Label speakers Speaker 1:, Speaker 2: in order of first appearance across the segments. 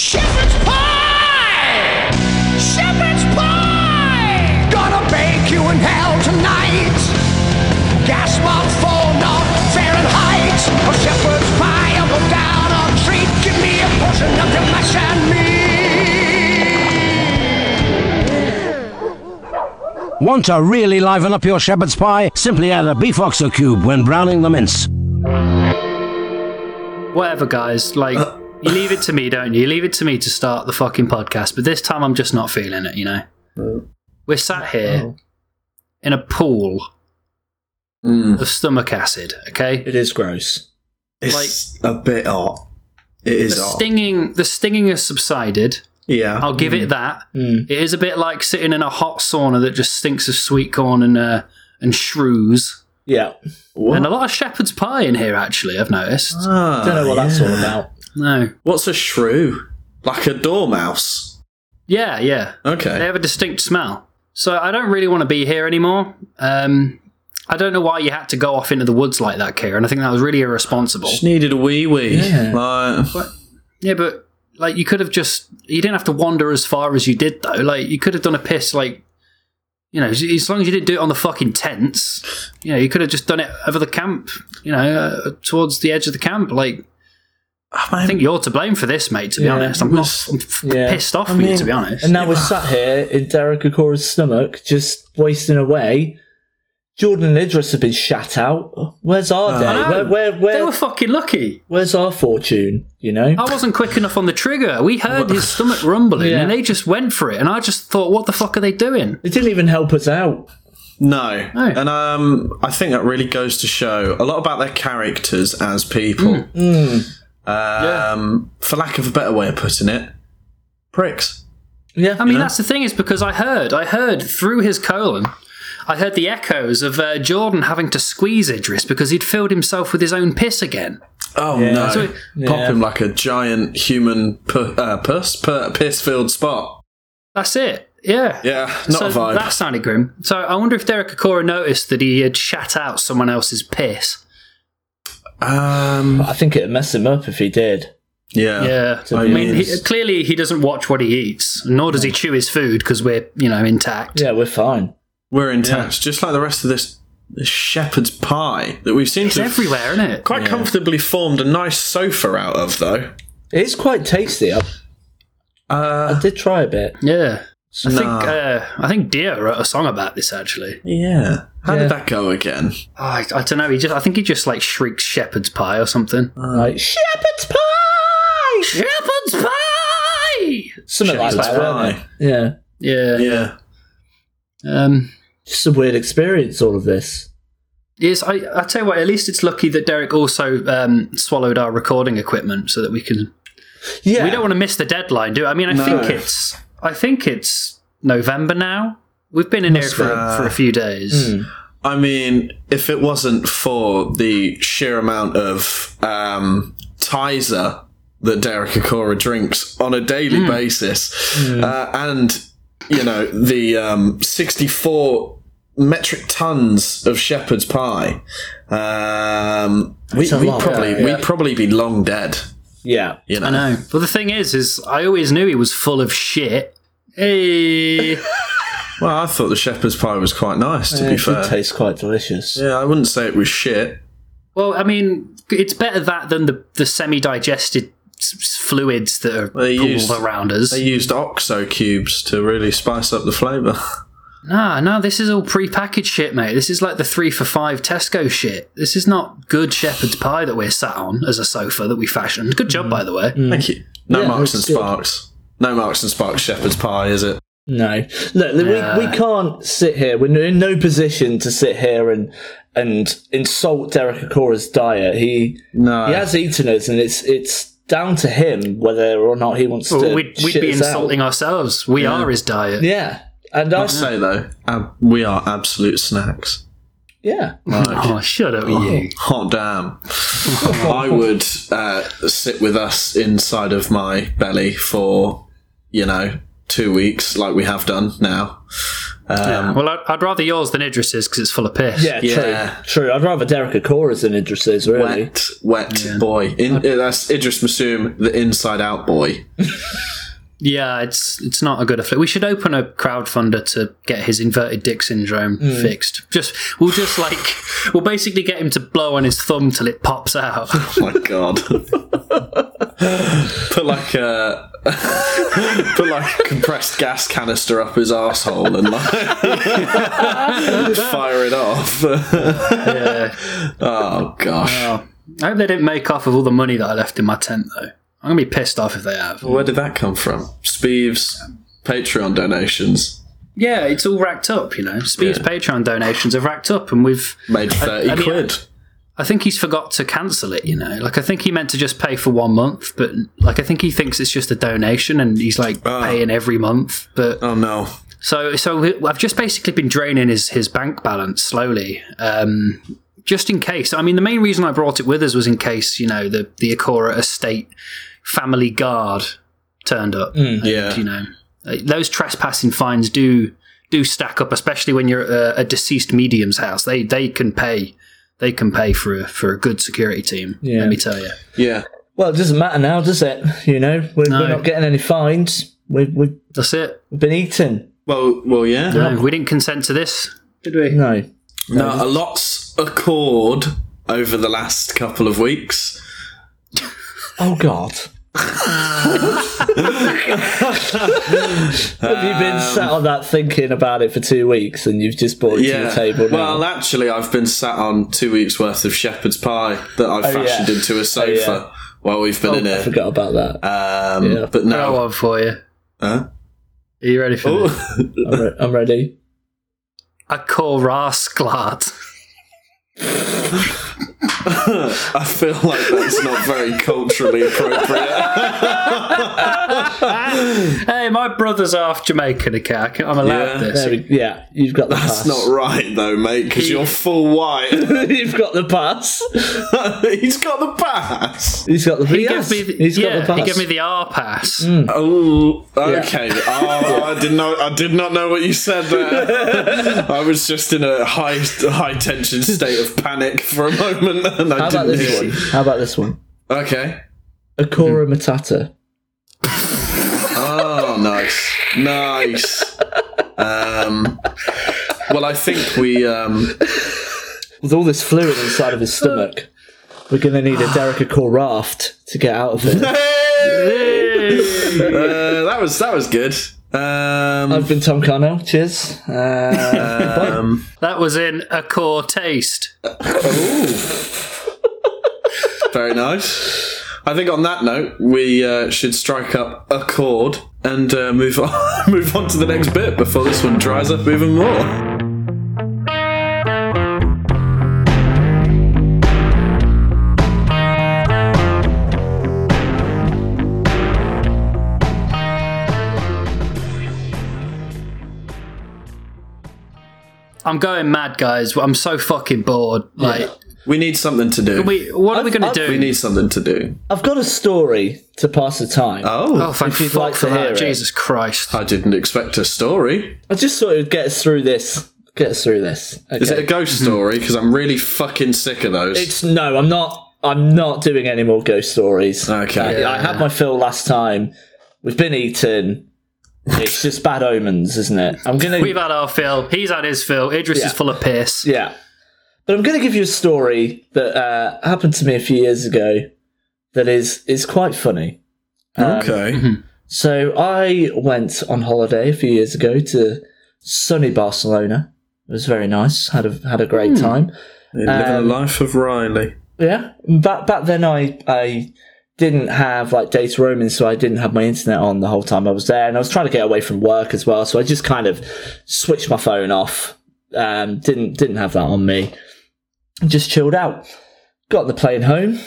Speaker 1: Shepherd's pie! Shepherd's pie! Gonna bake you in hell tonight. Gas mop full, not Fahrenheit. A shepherd's pie, I'll go down a treat. Give me a portion of your mash and meat.
Speaker 2: Want to really liven up your shepherd's pie? Simply add a beef oxo cube when browning the mince.
Speaker 3: Whatever, guys. Like,
Speaker 4: Uh.
Speaker 3: you leave it to me, don't you? You leave it to me to start the fucking podcast. But this time, I'm just not feeling it. You know,
Speaker 4: Uh.
Speaker 3: we're sat here in a pool
Speaker 4: Mm.
Speaker 3: of stomach acid. Okay,
Speaker 5: It is gross.
Speaker 4: It's a bit hot. It
Speaker 3: the
Speaker 4: is hot.
Speaker 3: stinging, the stinging has subsided.
Speaker 4: yeah.
Speaker 3: I'll give it that.
Speaker 5: Mm.
Speaker 3: It is a bit like sitting in a hot sauna that just stinks of sweet corn and uh, and shrews.
Speaker 5: Yeah.
Speaker 4: What?
Speaker 3: And a lot of shepherd's pie in here, actually. I've noticed.
Speaker 4: Ah,
Speaker 5: Don't know what that's all about.
Speaker 3: No,
Speaker 4: What's a shrew? Like a dormouse.
Speaker 3: yeah, yeah. They
Speaker 4: Okay.
Speaker 3: have a distinct smell. So I don't really want to be here anymore. Um, I don't know why you had to go off into the woods like that, Kieran. I think that was really irresponsible.
Speaker 4: Just needed a wee wee.
Speaker 5: Yeah.
Speaker 4: Like,
Speaker 3: Yeah, but like you could have just you didn't have to wander as far as you did though. Like you could have done a piss like you know, as- as long as you didn't do it on the fucking tents, you know, you could have just done it over the camp, you know, uh, towards the edge of the camp. Like, I think you're to blame for this, mate. To be
Speaker 5: Yeah,
Speaker 3: honest, I'm
Speaker 5: it
Speaker 3: not
Speaker 5: was-
Speaker 3: I'm f-
Speaker 5: yeah.
Speaker 3: pissed off
Speaker 5: I
Speaker 3: with you.
Speaker 5: mean,
Speaker 3: To be honest,
Speaker 5: And now we're sat here in Derek Okora's stomach, just wasting away. Jordan and Idris have been shat out. Where's
Speaker 3: know.
Speaker 5: our day? Where, where,
Speaker 3: they
Speaker 5: where,
Speaker 3: were Oh. fucking lucky.
Speaker 5: where's our fortune? You know?
Speaker 3: I wasn't quick enough on the trigger. We heard his stomach rumbling,
Speaker 5: Yeah.
Speaker 3: and they just went for it. And I just thought, what the fuck are they doing?
Speaker 5: They didn't even help us out.
Speaker 4: No.
Speaker 3: No.
Speaker 4: And um, I think that really goes to show a lot about their characters as people.
Speaker 5: Mm.
Speaker 4: Um, For lack of a better way of putting it, pricks.
Speaker 5: Yeah.
Speaker 3: I mean, that's the thing is because I heard, I heard through his colon, I heard the echoes of uh, Jordan having to squeeze Idris because he'd filled himself with his own piss again.
Speaker 4: Oh no!
Speaker 3: So-
Speaker 4: Pop
Speaker 5: Yeah.
Speaker 4: him like a giant human pu- uh, puss, pu- piss-filled spot.
Speaker 3: That's it. Yeah.
Speaker 4: Yeah, not
Speaker 3: so
Speaker 4: a vibe.
Speaker 3: That sounded grim. So I wonder if Derek Akora noticed that he had shat out someone else's piss.
Speaker 4: Um,
Speaker 5: I think it'd mess him up if he did.
Speaker 4: Oh, yeah,
Speaker 3: Yeah.
Speaker 4: I
Speaker 3: I mean,
Speaker 4: mean,
Speaker 3: he, clearly he doesn't watch what he eats, nor does he chew his food because we're, you know, intact.
Speaker 5: Yeah, we're fine.
Speaker 4: we're intense, just like the rest of this, this shepherd's pie that we've seen
Speaker 3: It's
Speaker 4: to
Speaker 3: everywhere, isn't it?
Speaker 4: quite comfortably formed a nice sofa out of, though.
Speaker 5: It is quite tasty. I,
Speaker 4: Uh,
Speaker 5: I did try a bit.
Speaker 3: Yeah. I
Speaker 4: Nah.
Speaker 3: think uh, I think Dio wrote a song about this actually.
Speaker 4: yeah. How
Speaker 5: Yeah.
Speaker 4: did that go again?
Speaker 3: Oh, I, I don't know. He just I think he just like shrieked shepherd's pie or something.
Speaker 5: Like shepherd's pie,
Speaker 3: Shepherd's pie.
Speaker 5: something like
Speaker 4: Shepherd's
Speaker 5: that. weren't
Speaker 4: pie.
Speaker 5: it? Yeah,
Speaker 3: Yeah.
Speaker 4: Yeah.
Speaker 3: Um.
Speaker 5: just a weird experience. All of this.
Speaker 3: Yes. I I tell you what. At least it's lucky that Derek also um, swallowed our recording equipment so that we can.
Speaker 5: Yeah,
Speaker 3: We don't want to miss the deadline, do? We? I mean, I
Speaker 4: No.
Speaker 3: think it's I think it's November now. We've been in here for, for a few days.
Speaker 4: I mean, if it wasn't for the sheer amount of um, Tizer that Derek Akora drinks on a daily
Speaker 5: Hmm.
Speaker 4: basis, uh, and you know the um, sixty-four metric tons of shepherd's pie, um, we,
Speaker 5: a
Speaker 4: we'd
Speaker 5: lot.
Speaker 4: probably
Speaker 5: Yeah, yeah.
Speaker 4: we'd probably be long dead.
Speaker 5: Yeah,
Speaker 4: You know,
Speaker 3: I know. But the thing is, is I always knew he was full of shit. Hey.
Speaker 4: well, I thought the shepherd's pie was quite nice. To
Speaker 5: Yeah,
Speaker 4: be
Speaker 5: it
Speaker 4: fair,
Speaker 3: Uh,
Speaker 5: did taste quite delicious.
Speaker 4: yeah, I wouldn't say it was shit.
Speaker 3: Well, I mean, it's better that than the, the semi digested fluids that are
Speaker 4: They
Speaker 3: pooled
Speaker 4: used-
Speaker 3: around us.
Speaker 4: They used oxo cubes to really spice up the flavour.
Speaker 3: Nah, nah, this is all prepackaged shit, mate. This is like the three for five Tesco shit. This is not good shepherd's pie that we're sat on as a sofa that we fashioned. Good job, by the way.
Speaker 4: Thank you. No
Speaker 5: Yeah,
Speaker 4: marks and
Speaker 5: it's good.
Speaker 4: sparks. No marks and sparks. Shepherd's pie, is it?
Speaker 5: No, look, we we can't sit here. We're in no position to sit here and and insult Derek Okora's diet. He
Speaker 4: No.
Speaker 5: he has eaten us, and it's it's down to him whether or not he wants
Speaker 3: Well,
Speaker 5: to.
Speaker 3: we'd we'd
Speaker 5: shit
Speaker 3: be
Speaker 5: us out.
Speaker 3: insulting Mm-hmm. ourselves. We are his diet.
Speaker 5: Yeah, and I
Speaker 4: I'll say though, ab- we are absolute snacks.
Speaker 5: yeah.
Speaker 3: Oh, shut up, you.
Speaker 4: Hot damn! I would uh, sit with us inside of my belly for you know two weeks, like we have done now.
Speaker 3: Yeah. Well, I'd, I'd rather yours than Idris's because it's full of piss.
Speaker 5: Yeah,
Speaker 4: Yeah.
Speaker 5: true. True. I'd rather Derek Okora's than Idris is, really.
Speaker 4: Wet, wet boy. In, uh, that's Idris Masoom, the Inside Out boy.
Speaker 3: Yeah, it's it's not a good afflict. We should open a crowdfunder to get his inverted dick syndrome fixed. Just we'll just like we'll basically get him to blow on his thumb till it pops out.
Speaker 4: Oh my god. put like a put like a compressed gas canister up his asshole and like fire it off.
Speaker 3: yeah.
Speaker 4: Oh gosh.
Speaker 3: Oh. I hope they didn't make off with all the money that I left in my tent though. I'm gonna be pissed off if they have.
Speaker 4: Where did that come from? Speeve's Patreon donations
Speaker 3: Yeah, it's all racked up, you know. Speed's Patreon donations have racked up, and we've.
Speaker 4: made thirty
Speaker 3: I mean,
Speaker 4: quid.
Speaker 3: I think he's forgot to cancel it, you know. Like I think he meant to just pay for one month, but like I think he thinks it's just a donation, and he's like paying every month. But
Speaker 4: Oh no.
Speaker 3: So, so I've just basically been draining his his bank balance slowly, um, just in case. I mean, the main reason I brought it with us was in case you know the the Akora estate family guard turned up. And,
Speaker 4: Yeah.
Speaker 3: you know uh, those trespassing fines do do stack up, especially when you're at a, a deceased medium's house. They they can pay they can pay for a, for a good security team.
Speaker 5: Yeah.
Speaker 3: Let me tell you.
Speaker 4: Yeah.
Speaker 5: Well, it doesn't matter now, does it? You know, we're, we're not getting any fines. We've, we've
Speaker 3: That's it.
Speaker 5: been eaten.
Speaker 4: Well well yeah.
Speaker 3: No, we didn't consent to this. Did we?
Speaker 5: No.
Speaker 4: No, a lot's occurred over the last couple of weeks.
Speaker 5: Oh, God. Have you been sat on that thinking about it for two weeks and you've just brought it to the table now?
Speaker 4: Well, actually, I've been sat on two weeks' worth of shepherd's pie that I've
Speaker 5: Oh, yeah.
Speaker 4: fashioned into a sofa while we've been in
Speaker 5: I
Speaker 4: here.
Speaker 5: forgot about that.
Speaker 4: Um,
Speaker 5: Yeah.
Speaker 4: But
Speaker 3: Got
Speaker 4: no.
Speaker 3: one for you.
Speaker 4: Huh?
Speaker 3: Are you ready for
Speaker 5: Oh,
Speaker 3: this?
Speaker 5: I'm, re- I'm ready.
Speaker 3: a Korasklat.
Speaker 4: I feel like that's not very culturally appropriate.
Speaker 3: Hey, my brother's half Jamaican, okay? I can, I'm allowed
Speaker 4: Yeah.
Speaker 3: this.
Speaker 5: There we, yeah, you've got the
Speaker 4: That's
Speaker 5: pass.
Speaker 4: not right, though, mate, because you're full white.
Speaker 5: you've got the pass.
Speaker 4: He's got the pass.
Speaker 5: He's got the pass.
Speaker 3: He gave me the,
Speaker 5: He's got
Speaker 3: yeah,
Speaker 5: the pass.
Speaker 3: he
Speaker 5: Mm.
Speaker 3: gave me the R pass.
Speaker 4: Oh, okay. Oh, I did not. I did not know what you said there. I was just in a high, high tension state of panic for a moment, and I
Speaker 5: How about
Speaker 4: didn't
Speaker 5: this
Speaker 4: hear
Speaker 5: one?
Speaker 4: you.
Speaker 5: How about this one?
Speaker 4: Okay.
Speaker 5: Akora
Speaker 4: Mm-hmm.
Speaker 5: Matata.
Speaker 4: Oh, nice, nice. Um, well, I think we. Um,
Speaker 5: With all this fluid inside of his stomach, we're going to need a Derek Akora raft to get out of it.
Speaker 4: Hey! Uh, that was that was good. Um,
Speaker 5: I've been Tom Carnell. Cheers. Uh, bye.
Speaker 3: That was in a core taste.
Speaker 4: very nice. I think on that note, we uh, should strike up a chord and uh, move on move on to the next bit before this one dries up even more.
Speaker 3: I'm going mad, guys. I'm so fucking bored. Like,
Speaker 4: We need something to do.
Speaker 3: we, uh, what are we going to
Speaker 5: I've-
Speaker 3: do?
Speaker 4: We need something to do.
Speaker 5: I've got a story to pass the time.
Speaker 3: oh,
Speaker 4: Oh,
Speaker 3: thank
Speaker 5: if you'd
Speaker 3: fuck
Speaker 5: like
Speaker 3: for
Speaker 5: to hear
Speaker 3: that.
Speaker 5: it.
Speaker 3: Jesus Christ.
Speaker 4: I didn't expect a story.
Speaker 5: I just thought it would get us through this. Get us through this. Okay.
Speaker 4: Is it a ghost story? Because I'm really fucking sick of those.
Speaker 5: It's no. I'm not. I'm not doing any more ghost stories.
Speaker 4: okay.
Speaker 5: I had my fill last time. We've been eaten. It's just bad omens, isn't it? I'm gonna.
Speaker 3: We've had our fill. He's had his fill. Idris
Speaker 5: Yeah.
Speaker 3: is full of piss.
Speaker 5: Yeah. But I'm going to give you a story that uh, happened to me a few years ago that is, is quite funny.
Speaker 4: okay.
Speaker 5: So I went on holiday a few years ago to sunny Barcelona. It was very nice. Had a had a great time.
Speaker 4: Living the
Speaker 5: Um,
Speaker 4: life of Riley.
Speaker 5: Yeah. Back back then, I I didn't have like data roaming, so I didn't have my internet on the whole time I was there, and I was trying to get away from work as well. So I just kind of switched my phone off. Um, didn't didn't have that on me. Just chilled out. Got on the plane home,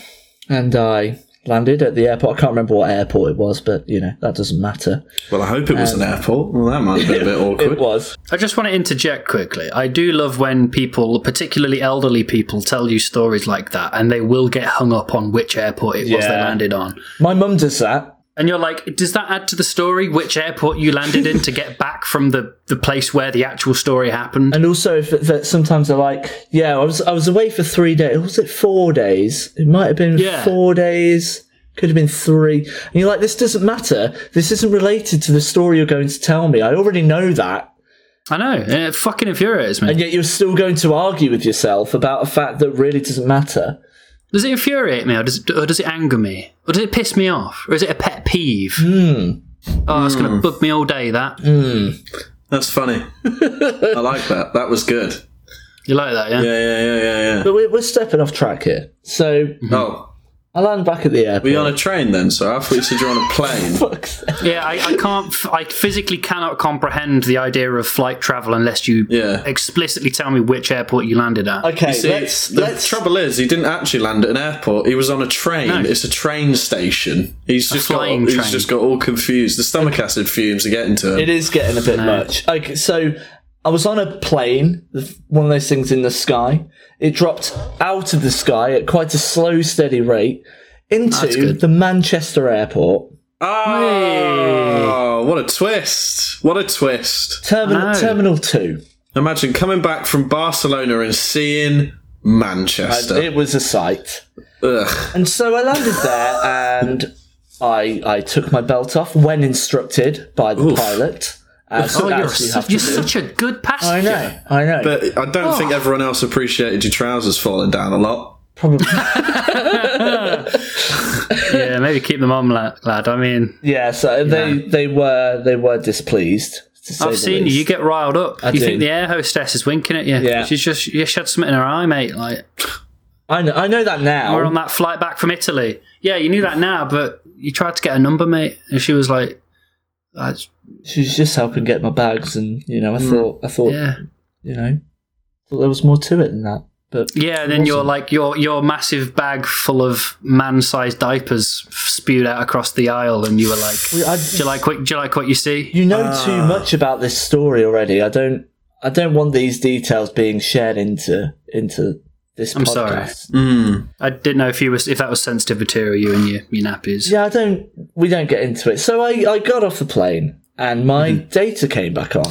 Speaker 5: and I landed at the airport. I can't remember what airport it was, but you know that doesn't matter.
Speaker 4: Well, I hope it was an airport. Well, that might have been a bit
Speaker 5: um, It
Speaker 4: awkward.
Speaker 5: was.
Speaker 3: I just want to interject quickly. I do love when people, particularly elderly people, tell you stories like that, and they will get hung up on which airport it was they
Speaker 5: Yeah.
Speaker 3: landed on.
Speaker 5: My mum does that.
Speaker 3: And you're like, does that add to the story? Which airport you landed in to get back from the, the place where the actual story happened?
Speaker 5: And also if, that sometimes they're like, yeah, I was I was away for three days. Was it four days? It might have been
Speaker 3: Yeah.
Speaker 5: four days. Could have been three. And you're like, this doesn't matter. This isn't related to the story you're going to tell me. I already know that.
Speaker 3: I know. and It fucking infuriates me.
Speaker 5: And yet you're still going to argue with yourself about a fact that really doesn't matter.
Speaker 3: Does it infuriate me, or does it, or does it anger me, or does it piss me off, or is it a pet peeve?
Speaker 5: Hmm.
Speaker 3: Oh, it's gonna bug me all day. That
Speaker 4: That's funny. I like that. That was good.
Speaker 3: you like that, yeah?
Speaker 4: Yeah, yeah, yeah, yeah, yeah.
Speaker 5: But we're, we're stepping off track here. So
Speaker 4: Oh,
Speaker 5: I land back at the airport.
Speaker 4: we on a train then? So I thought you said you're on a plane.
Speaker 5: Fuck's sake.
Speaker 3: Yeah, I, I can't. f- I physically cannot comprehend the idea of flight travel unless you
Speaker 4: Yeah.
Speaker 3: explicitly tell me which airport you landed at.
Speaker 5: Okay,
Speaker 4: See,
Speaker 5: let's,
Speaker 4: the
Speaker 5: let's
Speaker 4: trouble is, he didn't actually land at an airport. He was on a train. It's a train station. He's just got
Speaker 3: flying train.
Speaker 4: he's just got all confused. The stomach acid fumes are getting to him.
Speaker 5: It is getting a bit much. Okay, so I was on a plane, th- one of those things in the sky. It dropped out of the sky at quite a slow, steady rate into
Speaker 3: good.
Speaker 5: the Manchester airport.
Speaker 4: Oh, Ah, what a twist! What a twist!
Speaker 5: Terminal,
Speaker 3: No.
Speaker 5: terminal 2.
Speaker 4: Imagine coming back from Barcelona and seeing Manchester.
Speaker 5: It was a sight.
Speaker 4: Ugh.
Speaker 5: And so I landed there and I, I took my belt off when instructed by the pilot. As,
Speaker 3: Oh,
Speaker 5: as
Speaker 3: you're,
Speaker 5: you
Speaker 3: su-
Speaker 5: have to
Speaker 3: you're
Speaker 5: do.
Speaker 3: such a good
Speaker 5: I
Speaker 3: passenger.
Speaker 5: know, I know.
Speaker 4: But I don't
Speaker 5: Oh.
Speaker 4: think everyone else appreciated your trousers falling down a lot.
Speaker 5: Probably.
Speaker 3: Yeah, maybe keep them on, la- lad. I mean,
Speaker 5: yeah, so they, they were they were displeased. to say
Speaker 3: I've
Speaker 5: the
Speaker 3: seen
Speaker 5: least.
Speaker 3: you. You get riled up. you
Speaker 5: do.
Speaker 3: think the air hostess is winking at you?
Speaker 5: Yeah.
Speaker 3: she's just you had something in her eye, mate. Like
Speaker 5: I know, I know that now.
Speaker 3: we're on that flight back from Italy. Yeah, you knew that now, but you tried to get a number, mate, and she was like, "That's-
Speaker 5: she was just helping get my bags, and you know, I thought, I thought,
Speaker 3: Hmm. "Yeah,
Speaker 5: you know, thought there was more to it than that. But
Speaker 3: yeah." And then you're like your your massive bag full of man-sized diapers spewed out across the aisle, and you were like,
Speaker 5: We- I-
Speaker 3: "Do you like what? Do you like what you see?"
Speaker 5: you know too much about this story already. I don't, I don't want these details being shared into into this
Speaker 3: I'm sorry. Mm.
Speaker 5: podcast.
Speaker 3: I didn't know if you was if that was sensitive material. You and your your nappies.
Speaker 5: Yeah, I don't. We don't get into it. So I, I got off the plane, and my
Speaker 3: Mm-hmm.
Speaker 5: data came back on,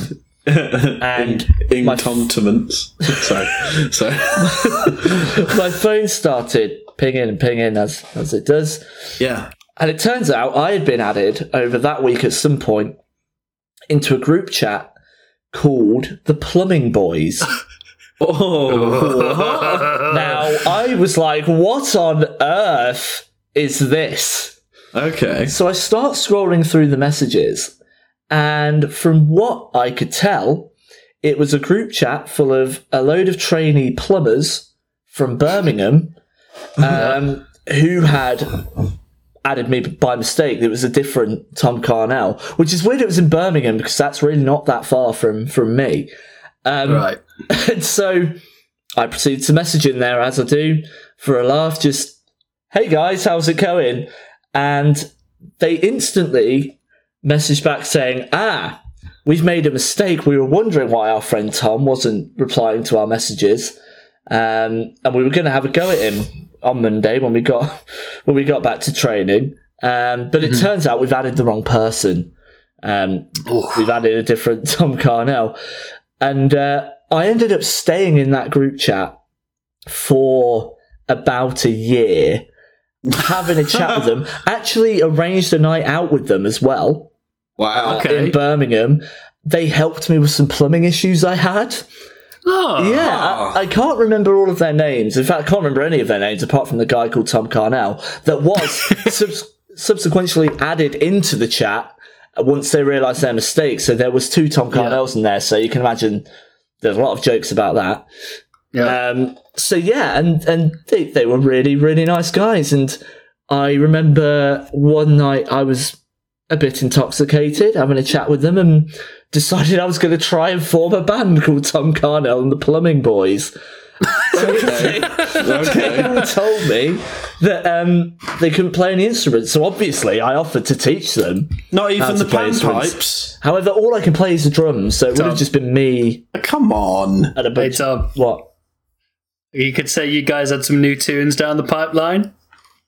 Speaker 5: and my
Speaker 4: Incontinence. Sorry. Sorry.
Speaker 5: my phone started pinging and pinging as as it does.
Speaker 4: yeah.
Speaker 5: And it turns out I had been added over that week at some point into a group chat called the Plumbing Boys. Oh. now I was like, what on earth is this?
Speaker 4: Okay.
Speaker 5: So I start scrolling through the messages, and from what I could tell, it was a group chat full of a load of trainee plumbers from Birmingham um, who had added me by mistake. It was a different Tom Carnell, which is weird. It was in Birmingham because that's really not that far from from me.
Speaker 3: Right.
Speaker 5: And so I proceeded to message in there as I do for a laugh, just, hey guys, how's it going? And they instantly messaged back saying, ah, we've made a mistake. We were wondering why our friend Tom wasn't replying to our messages. Um, and we were going to have a go at him on Monday when we got when we got back to training. Um, but it turns out we've added the wrong person. Um, we've added a different Tom Carnell. And uh, I ended up staying in that group chat for about a year, having a chat with them. Actually, arranged a night out with them as well
Speaker 4: Wow.
Speaker 3: Okay.
Speaker 5: in Birmingham. They helped me with some plumbing issues I had.
Speaker 3: Oh.
Speaker 5: Yeah, I, I can't remember all of their names. In fact, I can't remember any of their names apart from the guy called Tom Carnell that was subs- subsequently added into the chat once they realised their mistake. So there was two Tom Carnells in there. So you can imagine there's a lot of jokes about that.
Speaker 3: Yeah.
Speaker 5: Um, so yeah, and and they, they were really really nice guys. And I remember one night I was a bit intoxicated, having a chat with them, and decided I was going to try and form a band called Tom Carnell and the Plumbing Boys.
Speaker 4: Okay.
Speaker 5: They told me that um, they couldn't play any instruments, so obviously I offered to teach them.
Speaker 4: Not even
Speaker 5: That's
Speaker 4: the
Speaker 5: a place
Speaker 4: panpipes.
Speaker 5: However, all I can play is the drums, so it would
Speaker 3: Tom.
Speaker 5: have just been me
Speaker 4: Come on.
Speaker 5: and a
Speaker 3: Hey
Speaker 5: bunch.
Speaker 3: Tom,
Speaker 5: of what?
Speaker 3: you could say you guys had some new tunes down the pipeline.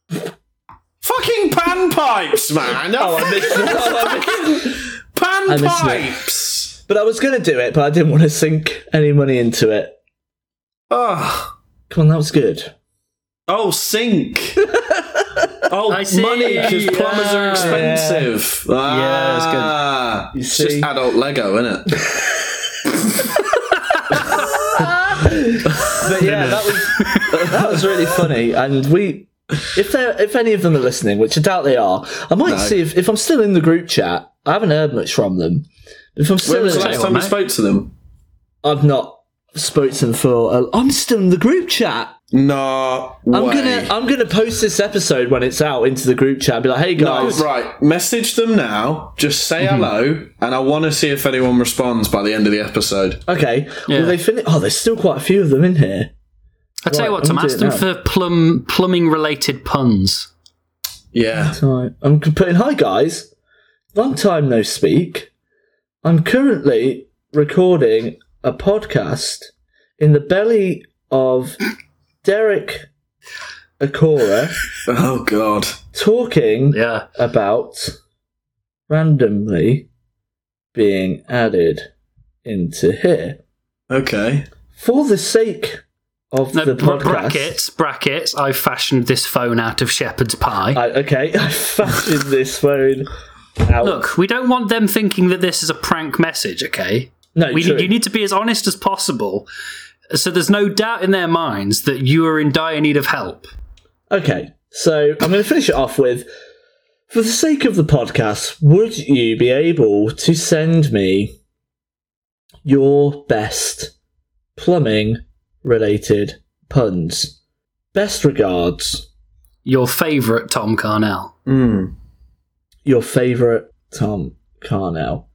Speaker 4: fucking pan pipes, man.
Speaker 5: Oh, I missed one. Oh, I missed-
Speaker 4: pan
Speaker 5: I missed it.
Speaker 4: pipes.
Speaker 5: But I was going to do it, but I didn't want to sink any money into it.
Speaker 4: Oh,
Speaker 5: Come on, that was good.
Speaker 4: oh, sink. Oh,
Speaker 3: I see,
Speaker 4: money because plumbers are
Speaker 3: yeah.
Speaker 4: expensive. Yeah,
Speaker 3: Yeah, that's good.
Speaker 4: good. It's
Speaker 5: see?
Speaker 4: just adult Lego, isn't it?
Speaker 5: But yeah, that was that was really funny. And we, if they are if any of them are listening, which I doubt they are, I might see if, if I'm still in the group chat. I haven't heard much from them. If I'm
Speaker 4: When
Speaker 5: still
Speaker 4: was the
Speaker 5: in
Speaker 4: last
Speaker 5: it,
Speaker 4: time we spoke to them?
Speaker 5: I've not spoke to them for. A, I'm still in the group chat.
Speaker 4: No
Speaker 5: I'm
Speaker 4: way.
Speaker 5: gonna I'm gonna post this episode when it's out into the group chat. And be like, hey
Speaker 4: No,
Speaker 5: guys,
Speaker 4: right. Message them now. Just say
Speaker 5: Mm-hmm.
Speaker 4: hello, and I want to see if anyone responds by the end of the episode.
Speaker 5: okay,
Speaker 3: Yeah.
Speaker 5: well they finish. Oh, there's still quite a few of them in here.
Speaker 3: I tell you
Speaker 5: Right,
Speaker 3: what, Tom,
Speaker 5: I'm
Speaker 3: ask
Speaker 5: doing
Speaker 3: them for plum plumbing related puns.
Speaker 4: Yeah.
Speaker 5: Right. I'm putting, hi guys, long time no speak. I'm currently recording a podcast in the belly of Derek Akora
Speaker 4: Oh God.
Speaker 5: talking
Speaker 3: Yeah.
Speaker 5: about randomly being added into here.
Speaker 4: Okay.
Speaker 5: For the sake of
Speaker 3: No,
Speaker 5: the
Speaker 3: br-
Speaker 5: podcast.
Speaker 3: brackets, brackets. I fashioned this phone out of shepherd's pie.
Speaker 5: I, okay, I fashioned this phone out.
Speaker 3: Look, we don't want them thinking that this is a prank message, okay?
Speaker 5: no,
Speaker 3: We,
Speaker 5: true.
Speaker 3: you need to be as honest as possible. So there's no doubt in their minds that you are in dire need of help.
Speaker 5: Okay, so I'm going to finish it off with for the sake of the podcast, would you be able to send me your best plumbing related puns? Best regards,
Speaker 3: Your favourite Tom Carnell.
Speaker 4: Mm.
Speaker 5: your favourite Tom Carnell.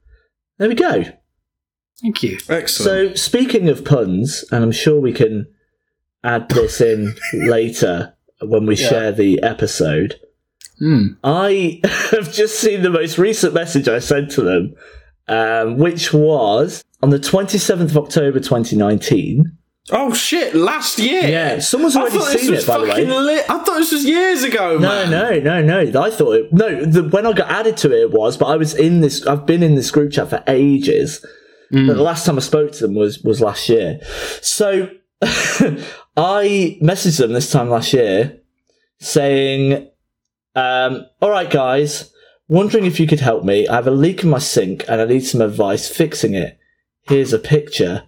Speaker 5: There we go.
Speaker 3: Thank you.
Speaker 4: Excellent.
Speaker 5: So, speaking of puns, and I'm sure we can add this in later when we share the episode.
Speaker 3: Hmm.
Speaker 5: I have just seen the most recent message I sent to them, um, which was on the 27th of October 2019.
Speaker 4: oh shit! Last year.
Speaker 5: Yeah, someone's
Speaker 4: I
Speaker 5: already
Speaker 4: thought this
Speaker 5: seen
Speaker 4: was
Speaker 5: it, by the way.
Speaker 4: fucking lit. I thought this was years ago,
Speaker 5: No,
Speaker 4: man.
Speaker 5: no, no, no. I thought it, no. The, when I got added to it, it was. But I was in this. I've been in this group chat for ages.
Speaker 4: Mm.
Speaker 5: But the last time I spoke to them was was last year. So I messaged them this time last year, saying, um, "All right, guys, wondering if you could help me. I have a leak in my sink and I need some advice fixing it. Here's a picture."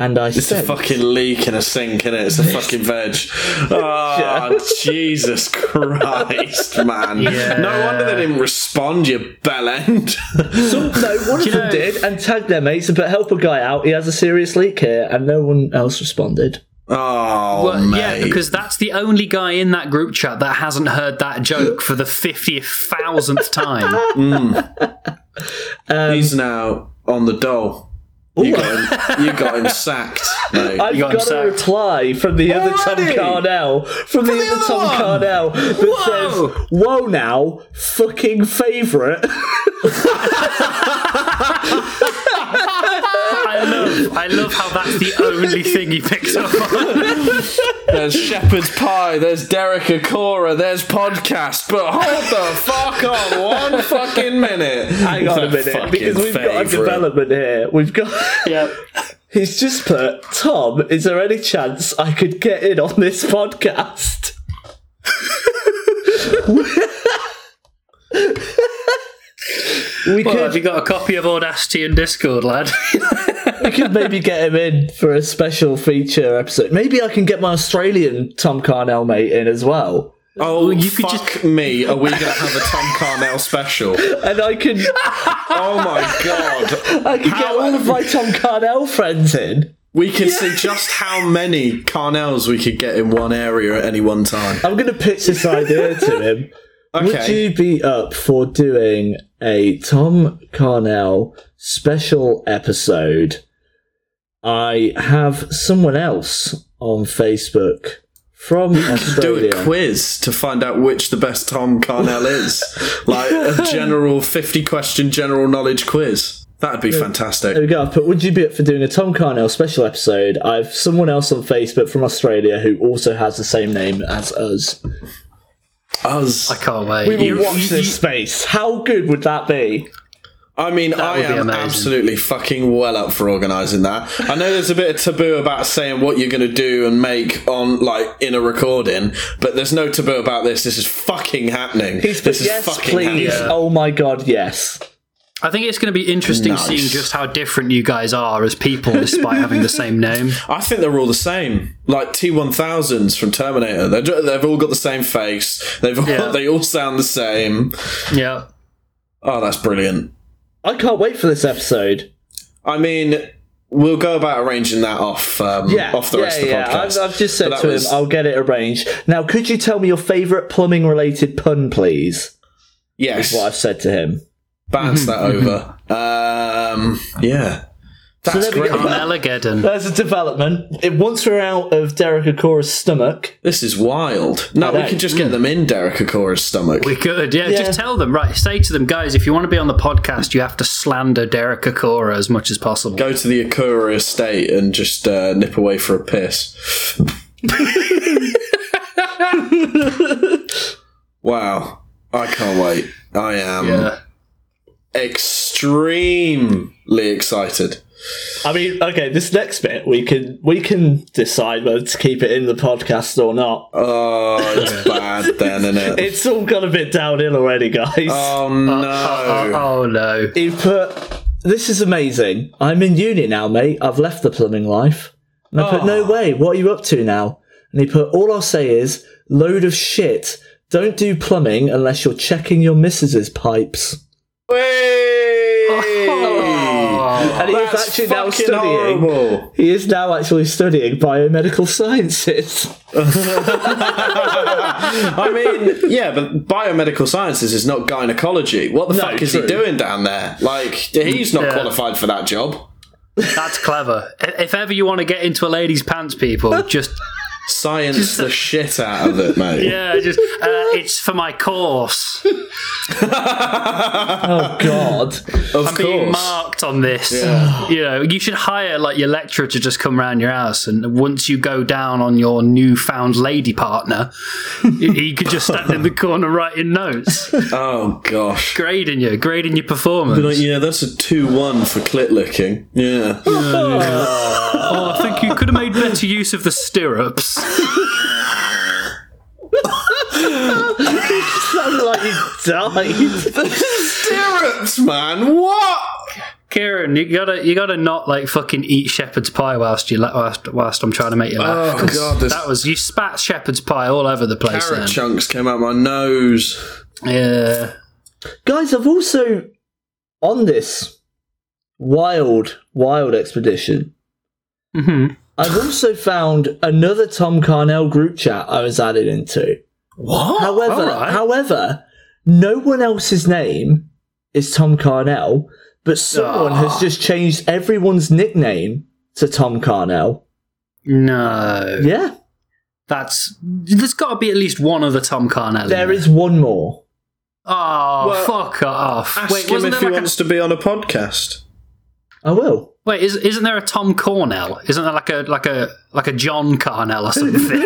Speaker 5: And I
Speaker 4: It's a
Speaker 5: sent.
Speaker 4: fucking leak in a sink, and it's a fucking veg. Oh, Jesus Christ, man. No wonder they didn't respond, you bell end.
Speaker 5: Some, no, one of them
Speaker 3: know-
Speaker 5: did and tagged their mates and put help a guy out. He has a serious leak here, and no one else responded.
Speaker 4: Oh,
Speaker 3: Well,
Speaker 4: mate.
Speaker 3: yeah, because that's the only guy in that group chat that hasn't heard that joke for the 50th thousandth time. um,
Speaker 4: he's now on the dole. You got, him, you got him sacked, mate.
Speaker 5: I've
Speaker 3: got
Speaker 5: got,
Speaker 3: him
Speaker 5: a
Speaker 3: sacked.
Speaker 5: reply from the other Tom
Speaker 4: Alrighty.
Speaker 5: Carnell, from the,
Speaker 4: the
Speaker 5: other Tom
Speaker 4: other
Speaker 5: Carnell that
Speaker 3: Whoa.
Speaker 5: says, "Whoa now, fucking favourite."
Speaker 3: I love, I love how that's the only thing he picks up on.
Speaker 4: There's Shepherd's Pie, there's Derek Akora, there's Podcast, but hold the fuck on one fucking minute.
Speaker 5: Hang on a minute, because we've got a development here. We've got.
Speaker 3: yeah.
Speaker 5: He's just put, "Tom, is there any chance I could get in on this podcast?" we
Speaker 3: Well,
Speaker 5: could
Speaker 3: have you got a copy of Audacity and Discord, lad?
Speaker 5: I could maybe get him in for a special feature episode. Maybe I can get my Australian Tom Carnell mate in as well.
Speaker 4: Oh,
Speaker 3: you
Speaker 4: you
Speaker 3: could
Speaker 4: could
Speaker 3: just-
Speaker 4: fuck me. Are we going to have a Tom Carnell special?
Speaker 5: And I can
Speaker 4: Oh my god.
Speaker 5: I can get
Speaker 4: How-
Speaker 5: all of my Tom Carnell friends in.
Speaker 4: We can see just how many Carnells we could get in one area at any one time.
Speaker 5: I'm gonna pitch this idea to him. Would
Speaker 4: Okay.
Speaker 5: you be up for doing a Tom Carnell special episode? I have someone else on Facebook from
Speaker 4: Do
Speaker 5: Australia.
Speaker 4: a quiz to find out which the best Tom Carnell is. like a general 50 question general knowledge quiz. That'd be fantastic.
Speaker 5: There we go. I've put, would you be up for doing a Tom Carnell special episode? I've someone else on Facebook from Australia who also has the same name as us.
Speaker 4: us.
Speaker 3: I can't wait.
Speaker 5: We will
Speaker 3: You-
Speaker 5: watch this space. How good would that be?
Speaker 4: I mean, I
Speaker 3: would be
Speaker 4: am
Speaker 3: amazing.
Speaker 4: absolutely fucking well up for organising that. I know there's a bit of taboo about saying what you're going to do and make on, like, in a recording, but there's no taboo about this. This is fucking happening.
Speaker 5: Please,
Speaker 4: this is
Speaker 5: yes,
Speaker 4: fucking
Speaker 5: please.
Speaker 4: happening.
Speaker 3: Yeah.
Speaker 5: Oh my god, yes.
Speaker 3: I think it's going to be interesting
Speaker 4: Nice.
Speaker 3: seeing just how different you guys are as people, despite having the same name.
Speaker 4: I think they're all the same. Like T1000s from Terminator. They're, ju- they've all got the same face. They've all,
Speaker 3: Yeah.
Speaker 4: They all sound the same.
Speaker 3: Yeah.
Speaker 4: Oh, that's brilliant.
Speaker 5: I can't wait for this episode.
Speaker 4: I mean, we'll go about arranging that off um,
Speaker 5: Yeah,
Speaker 4: off the
Speaker 5: yeah,
Speaker 4: rest of the
Speaker 5: yeah.
Speaker 4: podcast.
Speaker 5: I've, I've just said
Speaker 4: But that
Speaker 5: to
Speaker 4: was-
Speaker 5: him, "Oh, I'll get it arranged. Now, could you tell me your favourite plumbing-related pun, please?
Speaker 4: yes,
Speaker 5: What I've said to him.
Speaker 4: bounce that
Speaker 5: Mm-hmm,
Speaker 4: over. Um, yeah, that's
Speaker 5: there we
Speaker 4: great.
Speaker 5: go.
Speaker 3: Armageddon.
Speaker 5: There's a development. It, once we're out of Derek Akora's stomach,
Speaker 4: This is wild. No, we
Speaker 5: know. Mm.
Speaker 4: can just get them in Derek Akora's stomach.
Speaker 3: We could, yeah,
Speaker 5: Yeah.
Speaker 3: Just tell them, right? Say to them, guys, if you want to be on the podcast, you have to slander Derek Akora as much as possible.
Speaker 4: go to the Akura estate and just uh, nip away for a piss. wow. I can't wait. I am
Speaker 3: Yeah.
Speaker 4: extremely excited.
Speaker 5: I mean, okay, this next bit we can we can decide whether to keep it in the podcast or not.
Speaker 4: Oh, it's bad then, isn't it?
Speaker 5: It's all gone a bit downhill already, guys.
Speaker 4: oh, no.
Speaker 3: Oh, oh, no.
Speaker 5: You put this is amazing. I'm in uni now, mate. I've left the plumbing life. And I put, no
Speaker 4: Ah.
Speaker 5: way, what are you up to now? And he put, all I'll say is, load of shit. Don't do plumbing unless you're checking your missus's pipes.
Speaker 4: Hey!
Speaker 5: and he is
Speaker 4: That's
Speaker 5: actually now
Speaker 4: fucking
Speaker 5: studying.
Speaker 4: horrible.
Speaker 5: He is now actually studying biomedical sciences.
Speaker 4: I mean, yeah, but biomedical sciences is not gynecology. What the
Speaker 5: No,
Speaker 4: fuck is he
Speaker 5: true.
Speaker 4: doing down there? Like, he's not qualified for that job.
Speaker 3: That's clever. I- If ever you want to get into a lady's pants, people, just
Speaker 4: Science the shit out of it, mate.
Speaker 3: yeah, just uh, it's for my course.
Speaker 5: Oh God!
Speaker 4: of
Speaker 3: I'm being
Speaker 4: course.
Speaker 3: marked on this.
Speaker 4: Yeah.
Speaker 3: You know, you should hire like your lecturer to just come round your house, and once you go down on your newfound lady partner, he he could just stand in the corner writing notes,
Speaker 4: oh gosh.
Speaker 3: grading you, grading your performance.
Speaker 4: yeah, that's a two-one for clit licking. Yeah.
Speaker 3: oh, I think you could have made better use of the stirrups.
Speaker 5: Sounded like you died.
Speaker 4: Stirrups, man. What?
Speaker 3: Kieran, you gotta you gotta not like fucking eat shepherd's pie whilst you la- whilst, whilst I'm trying to make you laugh.
Speaker 4: Oh
Speaker 3: 'cause
Speaker 4: god, this
Speaker 3: That was you spat shepherd's pie all over the place.
Speaker 4: carrot
Speaker 3: Then.
Speaker 4: chunks came out my nose.
Speaker 3: yeah,
Speaker 5: Guys, I've also on this wild, wild expedition.
Speaker 3: Mhm.
Speaker 5: I've also found another Tom Carnell group chat I was added into.
Speaker 4: What?
Speaker 5: However,
Speaker 3: alright.
Speaker 5: however, no one else's name is Tom Carnell, but someone
Speaker 3: Ah.
Speaker 5: has just changed everyone's nickname to Tom Carnell.
Speaker 3: no,
Speaker 5: Yeah,
Speaker 3: that's there's got to be at least one other Tom Carnell. in
Speaker 5: there is one more.
Speaker 3: Oh,
Speaker 4: Well,
Speaker 3: fuck off!
Speaker 4: Ask
Speaker 3: Wait,
Speaker 4: him
Speaker 3: wasn't
Speaker 4: if
Speaker 3: there
Speaker 4: he
Speaker 3: like
Speaker 4: wants to be on a podcast.
Speaker 5: I will.
Speaker 3: a, wait? Is, isn't there a Tom Cornell? Isn't there like a like a like a John Carnell or something?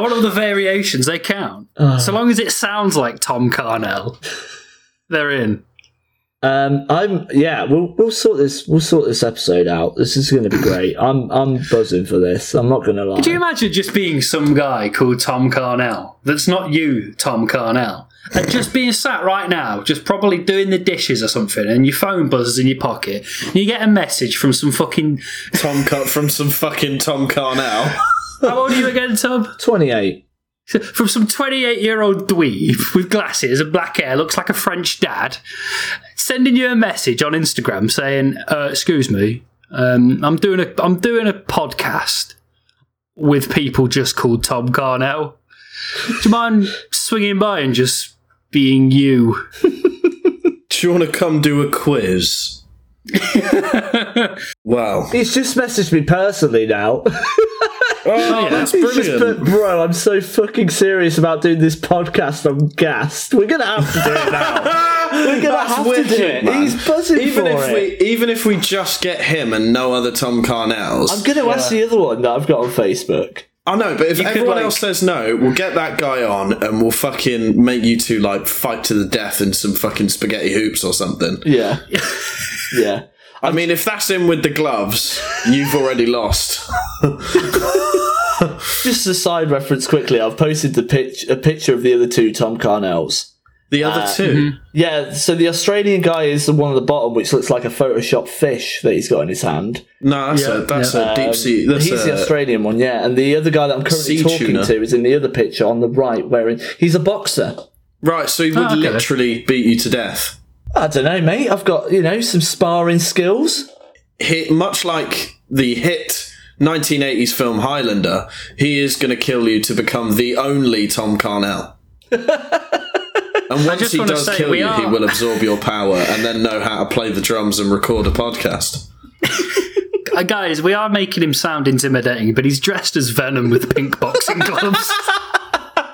Speaker 3: One of the variations they count.
Speaker 4: Ah.
Speaker 3: so long as it sounds like Tom Carnell, they're in.
Speaker 5: Um, I'm yeah. We'll we'll sort this. We'll sort this episode out. This is going to be great. I'm I'm buzzing for this. I'm not going to lie.
Speaker 3: Could you imagine just being some guy called Tom Carnell? That's not you, Tom Carnell. And just being sat right now, just probably doing the dishes or something, and your phone buzzes in your pocket, and you get a message from some fucking.
Speaker 4: Tom Cut from some fucking Tom Carnell.
Speaker 3: How old are you again, Tom?
Speaker 5: Twenty-eight.
Speaker 3: From some 28 year old dweeb with glasses and black hair, looks like a French dad, sending you a message on Instagram saying, uh, Excuse me, um, I'm, doing a, I'm doing a podcast with people just called Tom Carnell. Do you mind swinging by and just being you?
Speaker 4: Do you want to come do a quiz? wow.
Speaker 5: He's just messaged me personally now.
Speaker 4: Oh, that's
Speaker 5: He's just put,
Speaker 4: brilliant.
Speaker 5: bro, I'm so fucking serious about doing this podcast. I'm gassed. We're gonna have to do it now. We're gonna
Speaker 4: That's
Speaker 5: have to do
Speaker 4: wicked,
Speaker 5: it.
Speaker 4: man.
Speaker 5: He's buzzing
Speaker 4: Even
Speaker 5: for
Speaker 4: if
Speaker 5: it.
Speaker 4: we even if we just get him and no other Tom Carnells,
Speaker 5: I'm gonna ask the other one that I've got on Facebook.
Speaker 4: I know, but if
Speaker 3: You could,
Speaker 4: everyone
Speaker 3: like-
Speaker 4: else says no, we'll get that guy on and we'll fucking make you two like fight to the death in some fucking spaghetti hoops or something.
Speaker 5: Yeah. yeah.
Speaker 4: I mean, if that's in with the gloves, you've already lost.
Speaker 5: Just a side reference quickly. I've posted the pitch, a picture of the other two Tom Carnells.
Speaker 4: The other
Speaker 5: Uh,
Speaker 4: 2
Speaker 5: Yeah, so the Australian guy is the one at the bottom, which looks like a Photoshop fish that he's got in his hand.
Speaker 4: no, that's a that's a deep sea. That's
Speaker 5: he's the
Speaker 4: a,
Speaker 5: Australian one, yeah. And the other guy that I'm currently
Speaker 4: Sea
Speaker 5: talking
Speaker 4: tuna.
Speaker 5: to is in the other picture on the right, wearing he's a boxer.
Speaker 4: right. So he would
Speaker 5: Oh,
Speaker 3: okay.
Speaker 4: literally beat you to death.
Speaker 5: I don't know, mate. I've got you know some sparring skills.
Speaker 4: hit much like the hit 1980s film Highlander, he is going to kill you to become the only Tom Carnell. and once
Speaker 3: just
Speaker 4: he
Speaker 3: wanna
Speaker 4: does
Speaker 3: say
Speaker 4: kill
Speaker 3: we
Speaker 4: you, he
Speaker 3: are-
Speaker 4: will absorb your power and then know how to play the drums and record a podcast.
Speaker 3: Uh, guys, we are making him sound intimidating, but he's dressed as Venom with pink boxing gloves.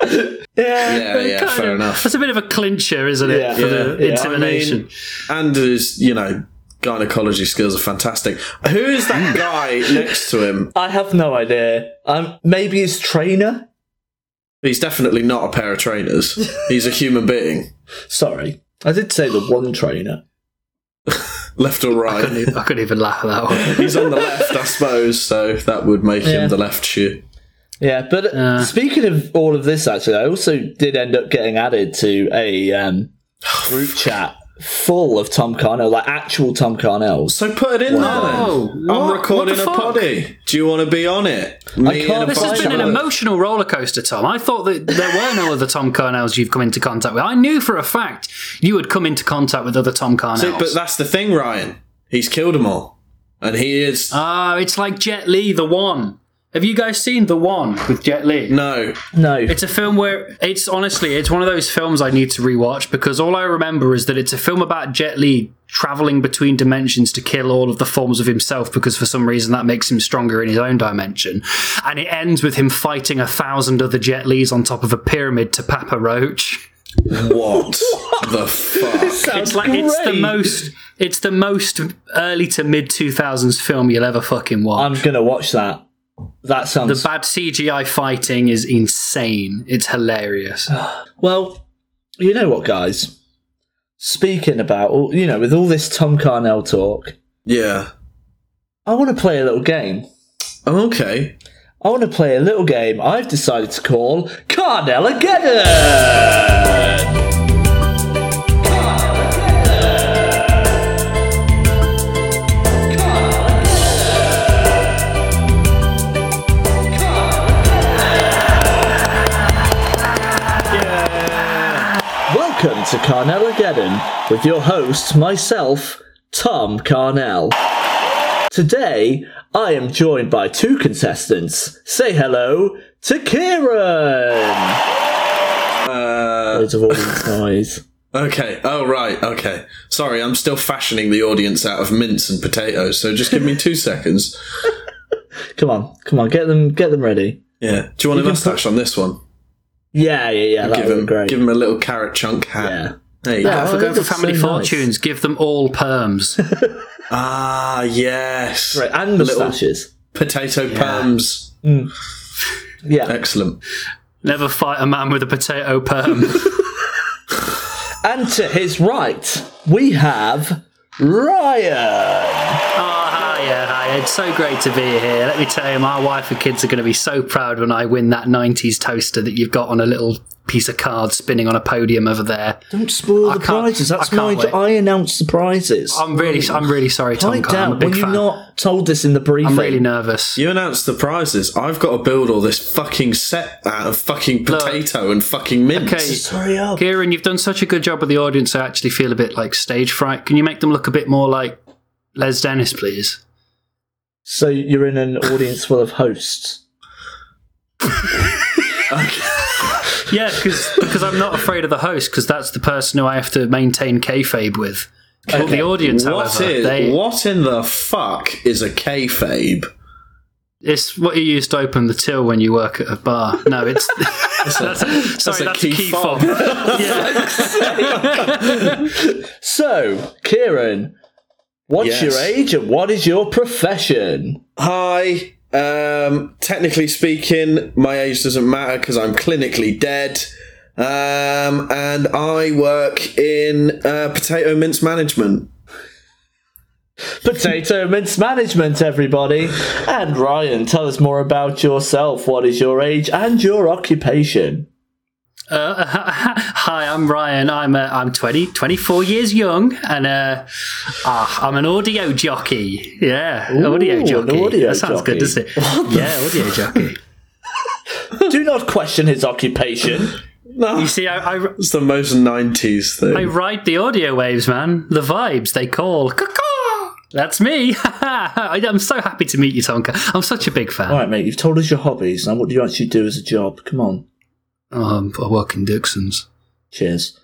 Speaker 5: Yeah,
Speaker 4: Yeah, yeah, fair enough.
Speaker 3: That's a bit of a clincher, isn't it?
Speaker 5: Yeah.
Speaker 3: for the
Speaker 5: Yeah.
Speaker 3: intimidation.
Speaker 4: And his, you know, gynecology skills are fantastic. Who is that
Speaker 3: Hmm.
Speaker 4: guy next to him?
Speaker 5: I have no idea. Um, maybe his trainer.
Speaker 4: He's definitely not a pair of trainers. He's a human being,
Speaker 5: Sorry, I did say the one trainer.
Speaker 4: left or right.
Speaker 3: I couldn't even laugh at that one.
Speaker 4: He's on the left, I suppose, so that would make
Speaker 5: Yeah.
Speaker 4: him the left shoe.
Speaker 5: Yeah, but uh, speaking of all of this, actually, I also did end up getting added to a um, group chat full of Tom Carnell, like actual Tom Carnells.
Speaker 4: So put it in there then.
Speaker 3: Whoa, what-
Speaker 4: I'm recording
Speaker 3: what the
Speaker 4: a
Speaker 3: fuck?
Speaker 4: poddy. Do you want to be on it? Me and
Speaker 5: can't-
Speaker 4: a
Speaker 5: This
Speaker 3: This has
Speaker 4: bunch
Speaker 3: been an
Speaker 4: of others.
Speaker 3: emotional roller coaster, Tom. I thought that there were no other Tom Carnells you've come into contact with. I knew for a fact you had come into contact with other Tom Carnells.
Speaker 4: See, But that's the thing, Ryan. He's killed them all, and he is
Speaker 3: Ah, it's like Jet Li, The One. Have you guys seen The One with Jet Li?
Speaker 4: no.
Speaker 5: No,
Speaker 3: It's a film where it's honestly, it's one of those films I need to rewatch because all I remember is that it's a film about Jet Li traveling between dimensions to kill all of the forms of himself because for some reason that makes him stronger in his own dimension. And it ends with him fighting a thousand other Jet Lis on top of a pyramid to Papa Roach.
Speaker 4: What the fuck?
Speaker 5: sounds
Speaker 3: It's like it's the
Speaker 5: great.
Speaker 3: most it's the most early to mid 2000s film you'll ever fucking watch.
Speaker 5: I'm gonna watch that. That
Speaker 3: the
Speaker 5: sounds
Speaker 3: bad CGI fighting is insane. It's hilarious.
Speaker 5: Oh, well. You know what, guys? Speaking about all, you know, with all this Tom Carnell talk,
Speaker 4: Yeah.
Speaker 5: I want to play a little game.
Speaker 4: Oh, Okay.
Speaker 5: I want to play a little game I've decided to call Carnellageddon! Welcome to Carnellageddon with your host, myself, Tom Carnell. Today, I am joined by two contestants. Say hello to Kieran!
Speaker 4: Uh,
Speaker 5: Loads of audience noise.
Speaker 4: okay. Oh right. Okay. Sorry, I'm still fashioning the audience out of mince and potatoes. So just give me two seconds.
Speaker 5: Come on, come on, get them, get them ready.
Speaker 4: Yeah. Do you want a mustache on this one?
Speaker 5: Yeah, yeah, yeah. That
Speaker 4: Give
Speaker 5: would
Speaker 4: him,
Speaker 5: be great.
Speaker 4: give him a little carrot chunk hat.
Speaker 5: Yeah.
Speaker 4: There you
Speaker 3: If
Speaker 4: go.
Speaker 5: Yeah.
Speaker 3: we're
Speaker 5: Oh,
Speaker 3: going for
Speaker 5: that's
Speaker 3: family
Speaker 5: so nice.
Speaker 3: fortunes, give them all perms.
Speaker 4: Ah, yes.
Speaker 5: Right, and
Speaker 4: Little-
Speaker 5: moustaches.
Speaker 4: Potato perms.
Speaker 3: Mm.
Speaker 5: Yeah,
Speaker 4: Excellent.
Speaker 3: Never fight a man with a potato perm.
Speaker 5: and to his right we have Ryan.
Speaker 3: oh, hiya, hiya. It's so great to be here. Let me tell you, my wife and kids are going to be so proud when I win that 90s toaster that you've got on a little piece of card spinning on a podium over there.
Speaker 5: Don't spoil
Speaker 3: I
Speaker 5: the
Speaker 3: can't-
Speaker 5: prizes. That's
Speaker 3: I
Speaker 5: my.
Speaker 3: can't
Speaker 5: jo- I announced the prizes.
Speaker 3: I'm really, I'm really sorry, Tom.
Speaker 5: Pipe
Speaker 3: Carr. I'm a
Speaker 5: down.
Speaker 3: big
Speaker 5: Were you
Speaker 3: fan.
Speaker 5: not told this in the briefing?
Speaker 3: I'm really nervous.
Speaker 4: You announced the prizes. I've got to build all this fucking set out of fucking potato and fucking mince.
Speaker 3: Okay,
Speaker 5: Hurry up.
Speaker 3: Kieran, you've done such a good job with the audience. I actually feel a bit like stage fright. Can you make them look a bit more like Les Dennis, please?
Speaker 5: So you're in an audience full of hosts.
Speaker 3: Yeah, because I'm not afraid of the host because that's the person who I have to maintain kayfabe with. But The audience,
Speaker 4: What
Speaker 3: however,
Speaker 4: is
Speaker 3: they,
Speaker 4: what in the fuck is a kayfabe?
Speaker 3: it's what you use to open the till when you work at a bar. No, it's that's, sorry, that's, a
Speaker 4: a key
Speaker 3: key fob.
Speaker 4: fob.
Speaker 3: yeah.
Speaker 5: So, Kieran, what's
Speaker 4: Yes.
Speaker 5: your age and what is your profession?
Speaker 4: Hi, Um, technically speaking, my age doesn't matter because I'm clinically dead. Um, and I work in uh, potato mince management.
Speaker 5: Potato Mince Management, everybody. And Ryan, tell us more about yourself. What is your age and your occupation?
Speaker 3: Uh, hi, I'm Ryan. I'm uh, I'm 20, 24 years young, and uh, ah, I'm an audio jockey. Yeah,
Speaker 5: Ooh,
Speaker 3: audio
Speaker 5: an
Speaker 3: jockey.
Speaker 5: audio
Speaker 3: that sounds
Speaker 5: jockey.
Speaker 3: good, doesn't it? yeah, audio jockey.
Speaker 5: Do not question his occupation.
Speaker 3: You see, I, I,
Speaker 4: It's the most 90s
Speaker 3: I
Speaker 4: thing.
Speaker 3: ride the audio waves, man. The vibes they call. Caw-caw! That's me. I- I'm so happy to meet you, Tonka. I'm such a big fan.
Speaker 5: All right, mate, you've told us your hobbies. Now, what do you actually do as a job? Come on.
Speaker 3: Um, I work in Dixon's.
Speaker 5: Cheers.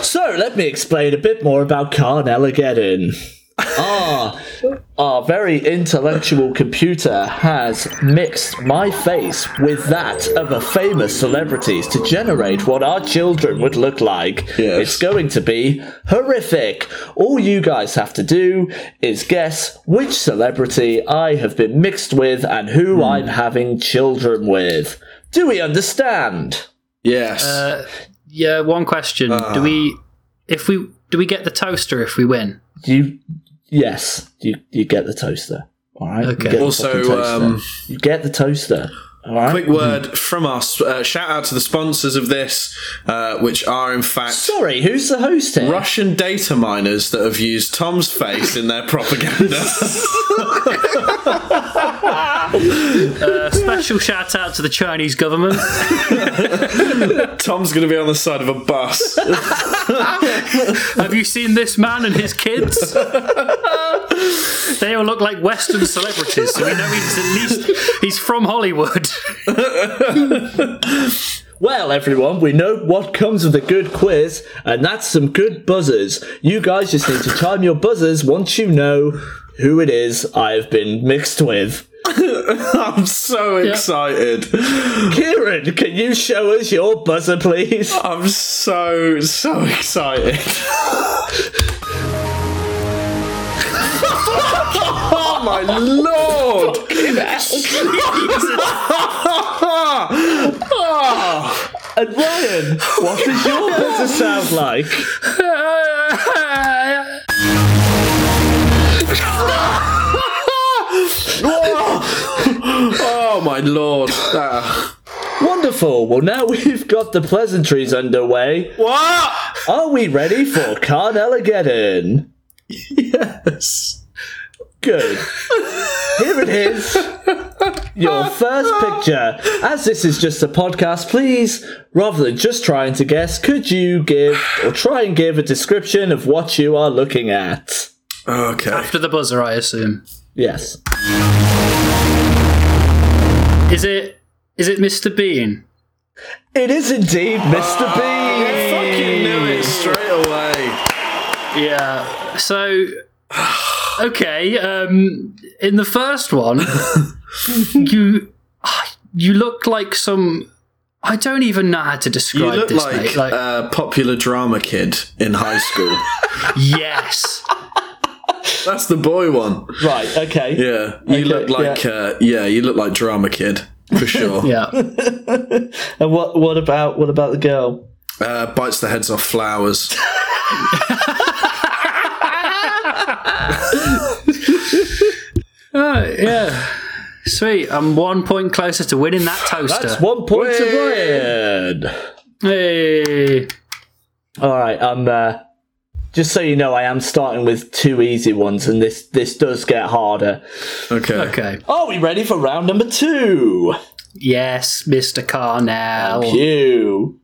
Speaker 5: So, let me explain a bit more about Carnella Geddon. Ah, our very intellectual computer has mixed my face with that of a famous celebrities to generate what our children would look like.
Speaker 4: Yes.
Speaker 5: It's going to be horrific. All you guys have to do is guess which celebrity I have been mixed with and who I'm having children with. Do we understand?
Speaker 4: Yes.
Speaker 3: Yeah, one question. do we, if we, do we get the toaster if we win?
Speaker 5: You, yes, you you get the toaster. All right. You
Speaker 3: Okay.
Speaker 5: get the
Speaker 4: Also,
Speaker 5: fucking toaster.
Speaker 4: um,
Speaker 5: you get the toaster. All right.
Speaker 4: Quick word from us. Uh, shout out to the sponsors of this, uh, which are in fact
Speaker 5: Sorry, who's the host here?
Speaker 4: Russian data miners that have used Tom's face in their propaganda.
Speaker 3: A special shout out to the Chinese government.
Speaker 4: Tom's going to be on the side of a bus.
Speaker 3: Have you seen this man and his kids? they all look like Western celebrities, so we know he's at least he's from Hollywood.
Speaker 5: Well, everyone, we know what comes with a good quiz, and that's some good buzzers. You guys just need to time your buzzers once you know who it is I've been mixed with.
Speaker 4: I'm so excited.
Speaker 5: Kieran, can you show us your buzzer, please?
Speaker 4: I'm so, so excited. oh my lord! Ah,
Speaker 5: And Ryan, what does your buzzer sound like?
Speaker 4: oh my lord. Ah.
Speaker 5: Wonderful. Well, now we've got the pleasantries underway.
Speaker 4: What?
Speaker 5: Are we ready for Carnellageddon?
Speaker 4: Yes.
Speaker 5: Good. Here it is. Your first picture. As this is just a podcast, please, rather than just trying to guess, could you give or try and give a description of what you are looking at?
Speaker 4: Okay.
Speaker 3: After the buzzer, I assume.
Speaker 5: Yes.
Speaker 3: Is it is it Mr. Bean?
Speaker 5: It is indeed Mr. Bean.
Speaker 4: Fucking knew it straight away.
Speaker 3: Yeah. So okay, um in the first one you ah, you look like some I don't even know how to
Speaker 4: You
Speaker 3: describe
Speaker 4: look
Speaker 3: this
Speaker 4: like,
Speaker 3: mate. Like
Speaker 4: a popular drama kid in high school.
Speaker 3: yes.
Speaker 4: That's the boy one.
Speaker 5: Right, okay.
Speaker 4: Yeah, you look like yeah. Uh, yeah, you look like drama kid for sure.
Speaker 3: Yeah.
Speaker 5: And what what about what about the girl?
Speaker 4: uh, bites the heads off flowers.
Speaker 3: Oh, yeah. Sweet. I'm one point closer to winning that toaster.
Speaker 5: That's one point to Ryan.
Speaker 3: Hey.
Speaker 5: All right, I'm. Uh, just so you know, I am starting with two easy ones, and this this does get harder.
Speaker 4: Okay.
Speaker 3: Okay.
Speaker 5: Are we ready for round number two?
Speaker 3: Yes, Mr. Carnell.
Speaker 5: You.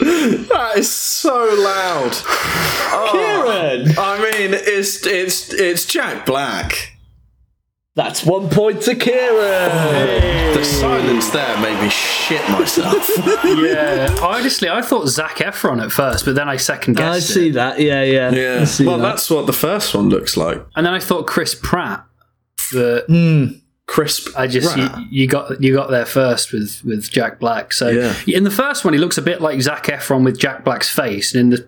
Speaker 4: That is so loud.
Speaker 5: Kieran!
Speaker 4: I mean, it's it's it's Jack Black.
Speaker 5: That's one point to Kieran!
Speaker 4: The silence there made me shit myself.
Speaker 3: Yeah. Honestly, I thought Zach Efron at first, but then I second guessed
Speaker 5: I see
Speaker 3: it.
Speaker 5: that, yeah, yeah.
Speaker 4: yeah.
Speaker 5: I see
Speaker 4: Well,
Speaker 5: that.
Speaker 4: that's what the first one looks like.
Speaker 3: And then I thought Chris Pratt. But
Speaker 4: Crisp.
Speaker 3: I just you,
Speaker 4: rat.
Speaker 3: you got you got there first with with Jack Black. So
Speaker 4: Yeah.
Speaker 3: in the first one, he looks a bit like Zach Efron with Jack Black's face, and in the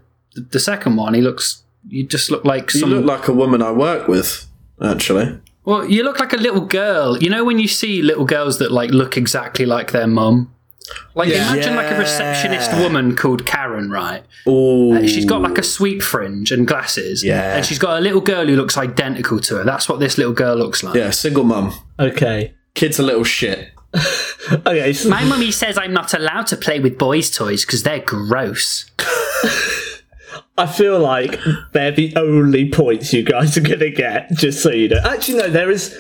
Speaker 3: the second one, he looks You just look like
Speaker 4: You
Speaker 3: some.
Speaker 4: look like a woman I work with, actually.
Speaker 3: well, you look like a little girl. You know when you see little girls that like look exactly like their mum. Like imagine like a receptionist woman called Karen, right?
Speaker 4: Oh,
Speaker 3: She's got like a sweep fringe and glasses.
Speaker 4: Yeah.
Speaker 3: And she's got a little girl who looks identical to her. That's what this little girl looks like.
Speaker 4: yeah, single mum.
Speaker 5: Okay.
Speaker 4: Kid's a little shit.
Speaker 5: Okay. so-
Speaker 3: My mummy says I'm not allowed to play with boys' toys because they're gross.
Speaker 5: I feel like they're the only points you guys are gonna get. Just so you know. Actually, no. There is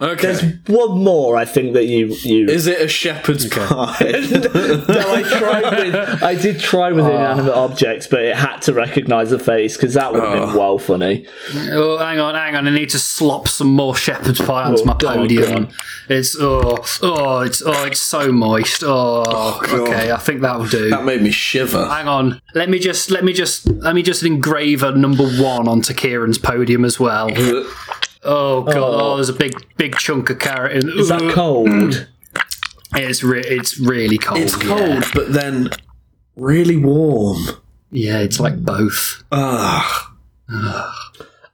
Speaker 5: there's
Speaker 4: Okay.
Speaker 5: one more. I think that you you.
Speaker 4: Is it a shepherd's pie?
Speaker 5: no, I tried with I did try with inanimate objects, but it had to recognise a face because that would
Speaker 4: Ah.
Speaker 5: have been well funny.
Speaker 3: Oh, hang on, hang on. I need to slop some more shepherd's pie onto
Speaker 5: Oh,
Speaker 3: my
Speaker 5: God.
Speaker 3: podium. It's oh, oh, it's oh, it's so moist. Oh,
Speaker 4: God.
Speaker 3: okay. I think that'll do.
Speaker 4: that made me shiver.
Speaker 3: Hang on. Let me just let me just let me just engrave a number one onto Kieran's podium as well. Oh god! Oh, there's a big big chunk of carrot in.
Speaker 5: Is that cold?
Speaker 3: It's re- it's really cold.
Speaker 4: It's
Speaker 3: yeah.
Speaker 4: cold, but then really warm.
Speaker 3: Yeah, it's like both.
Speaker 4: Ah,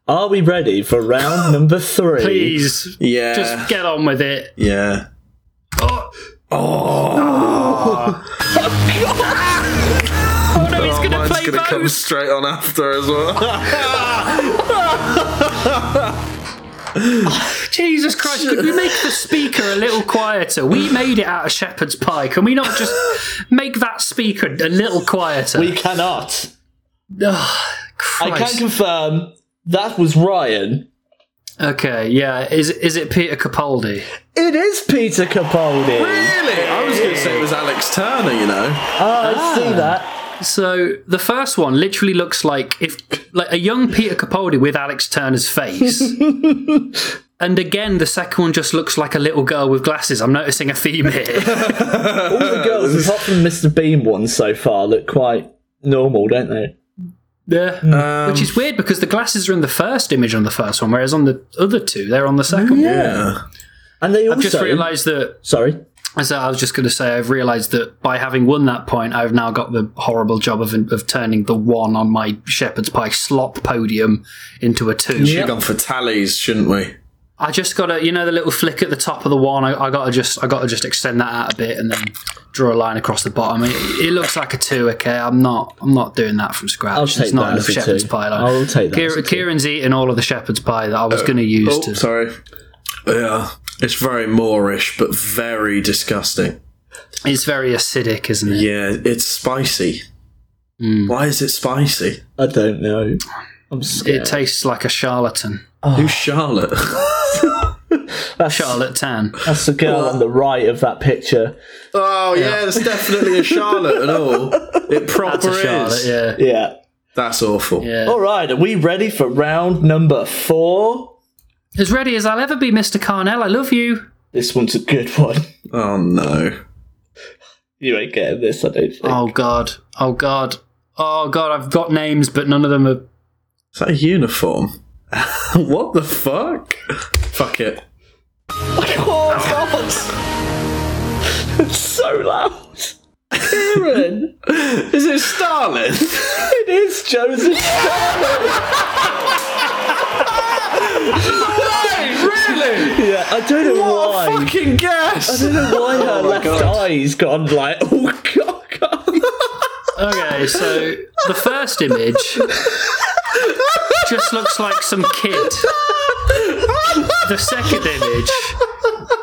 Speaker 5: Are we ready for round number three?
Speaker 3: Please,
Speaker 4: yeah,
Speaker 3: just get on with it.
Speaker 4: yeah.
Speaker 3: Oh,
Speaker 4: Oh,
Speaker 3: oh no, he's gonna
Speaker 4: mine's
Speaker 3: play
Speaker 4: gonna come
Speaker 3: both.
Speaker 4: straight on after as well.
Speaker 3: Jesus Christ! Could we make the speaker a little quieter? We made it out of shepherd's pie. Can we not just make that speaker a little quieter?
Speaker 5: We cannot.
Speaker 3: Ugh,
Speaker 5: I can
Speaker 3: Ah, Christ.
Speaker 5: confirm that was Ryan.
Speaker 3: okay, yeah. Is is it Peter Capaldi?
Speaker 5: It is Peter Capaldi.
Speaker 4: really? I was gonna say it was Alex Turner. You know,
Speaker 5: Oh, I see that.
Speaker 3: So the first one literally looks like if like a young Peter Capaldi with Alex Turner's face. And again, the second one just looks like a little girl with glasses. I'm noticing a theme here.
Speaker 5: All the girls, apart from Mr. Bean one so far, look quite normal, don't they?
Speaker 3: yeah. Which is weird because the glasses are in the first image on the first one, whereas on the other two, they're on the second one.
Speaker 4: yeah.
Speaker 5: And they also.
Speaker 3: I've just realised that,
Speaker 5: Sorry.
Speaker 3: as I was just going to say, I've realised that by having won that point, I've now got the horrible job of, of turning the one on my shepherd's pie slop podium into a two.
Speaker 4: Should have gone for tallies, shouldn't we?
Speaker 3: I just gotta, you know, the little flick at the top of the one. I, I gotta just, I gotta just extend that out a bit and then draw a line across the bottom. It, it looks like a two. Okay, I'm not, I'm not doing that from scratch.
Speaker 5: I'll
Speaker 3: It's
Speaker 5: take
Speaker 3: not
Speaker 5: that
Speaker 3: enough
Speaker 5: as a
Speaker 3: shepherd's
Speaker 5: two.
Speaker 3: pie. Like,
Speaker 5: I'll take that as a
Speaker 3: Kieran,
Speaker 5: two. Uh,
Speaker 3: Kieran's eating all of the shepherd's pie that I was gonna use
Speaker 4: Oh,
Speaker 3: to.
Speaker 4: sorry. Yeah, it's very Moorish, but very disgusting.
Speaker 3: It's very acidic, isn't it?
Speaker 4: Yeah, it's spicy.
Speaker 3: Hmm.
Speaker 4: Why is it spicy?
Speaker 5: I don't know. I'm scared.
Speaker 3: It tastes like a charlatan,
Speaker 4: Who's Charlotte?
Speaker 5: that's,
Speaker 3: charlatan.
Speaker 5: that's the girl on the right of that picture.
Speaker 4: oh yeah, there's definitely a Charlotte and all. It
Speaker 3: That's
Speaker 4: proper
Speaker 3: a charlotte.
Speaker 4: is.
Speaker 3: Yeah.
Speaker 5: Yeah.
Speaker 4: That's awful.
Speaker 3: Yeah.
Speaker 5: All right, are we ready for round number four?
Speaker 3: As ready as I'll ever be, Mister Carnell. I love you.
Speaker 5: This one's a good one.
Speaker 4: Oh no.
Speaker 5: You ain't getting this, I don't think.
Speaker 3: Oh god. Oh god. Oh god. I've got names, but none of them are.
Speaker 4: Is that a uniform? what the fuck? Fuck it.
Speaker 5: Oh, God! it's so loud. Kieran,
Speaker 4: Is it Stalin?
Speaker 5: it is Joseph.
Speaker 4: really?
Speaker 5: Yeah, I don't know
Speaker 4: What a
Speaker 5: why.
Speaker 4: fucking guess!
Speaker 5: I don't know why her left
Speaker 4: God.
Speaker 5: eye's gone like, oh, God. God.
Speaker 3: Okay, so the first image just looks like some kid. The second image,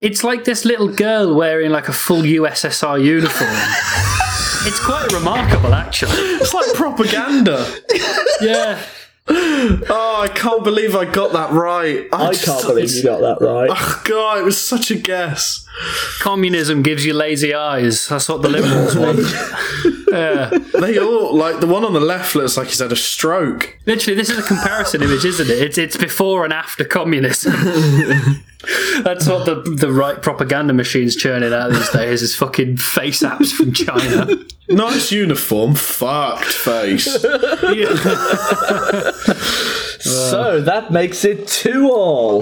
Speaker 3: it's like this little girl wearing like a full USSR uniform. It's quite remarkable, actually.
Speaker 4: It's like propaganda.
Speaker 3: Yeah,
Speaker 4: Oh, I can't believe I got that right. I,
Speaker 5: I
Speaker 4: just-
Speaker 5: can't believe you got that right.
Speaker 4: Oh, God, it was such a guess.
Speaker 3: communism gives you lazy eyes. That's what the liberals want.
Speaker 4: They all like the one on the left looks like he's had a stroke.
Speaker 3: Literally, this is a comparison image, isn't it? It's it's before and after communism. That's what the the right propaganda machine's churning out these days is fucking face apps from China.
Speaker 4: Nice uniform, fucked face.
Speaker 5: So that makes it two all.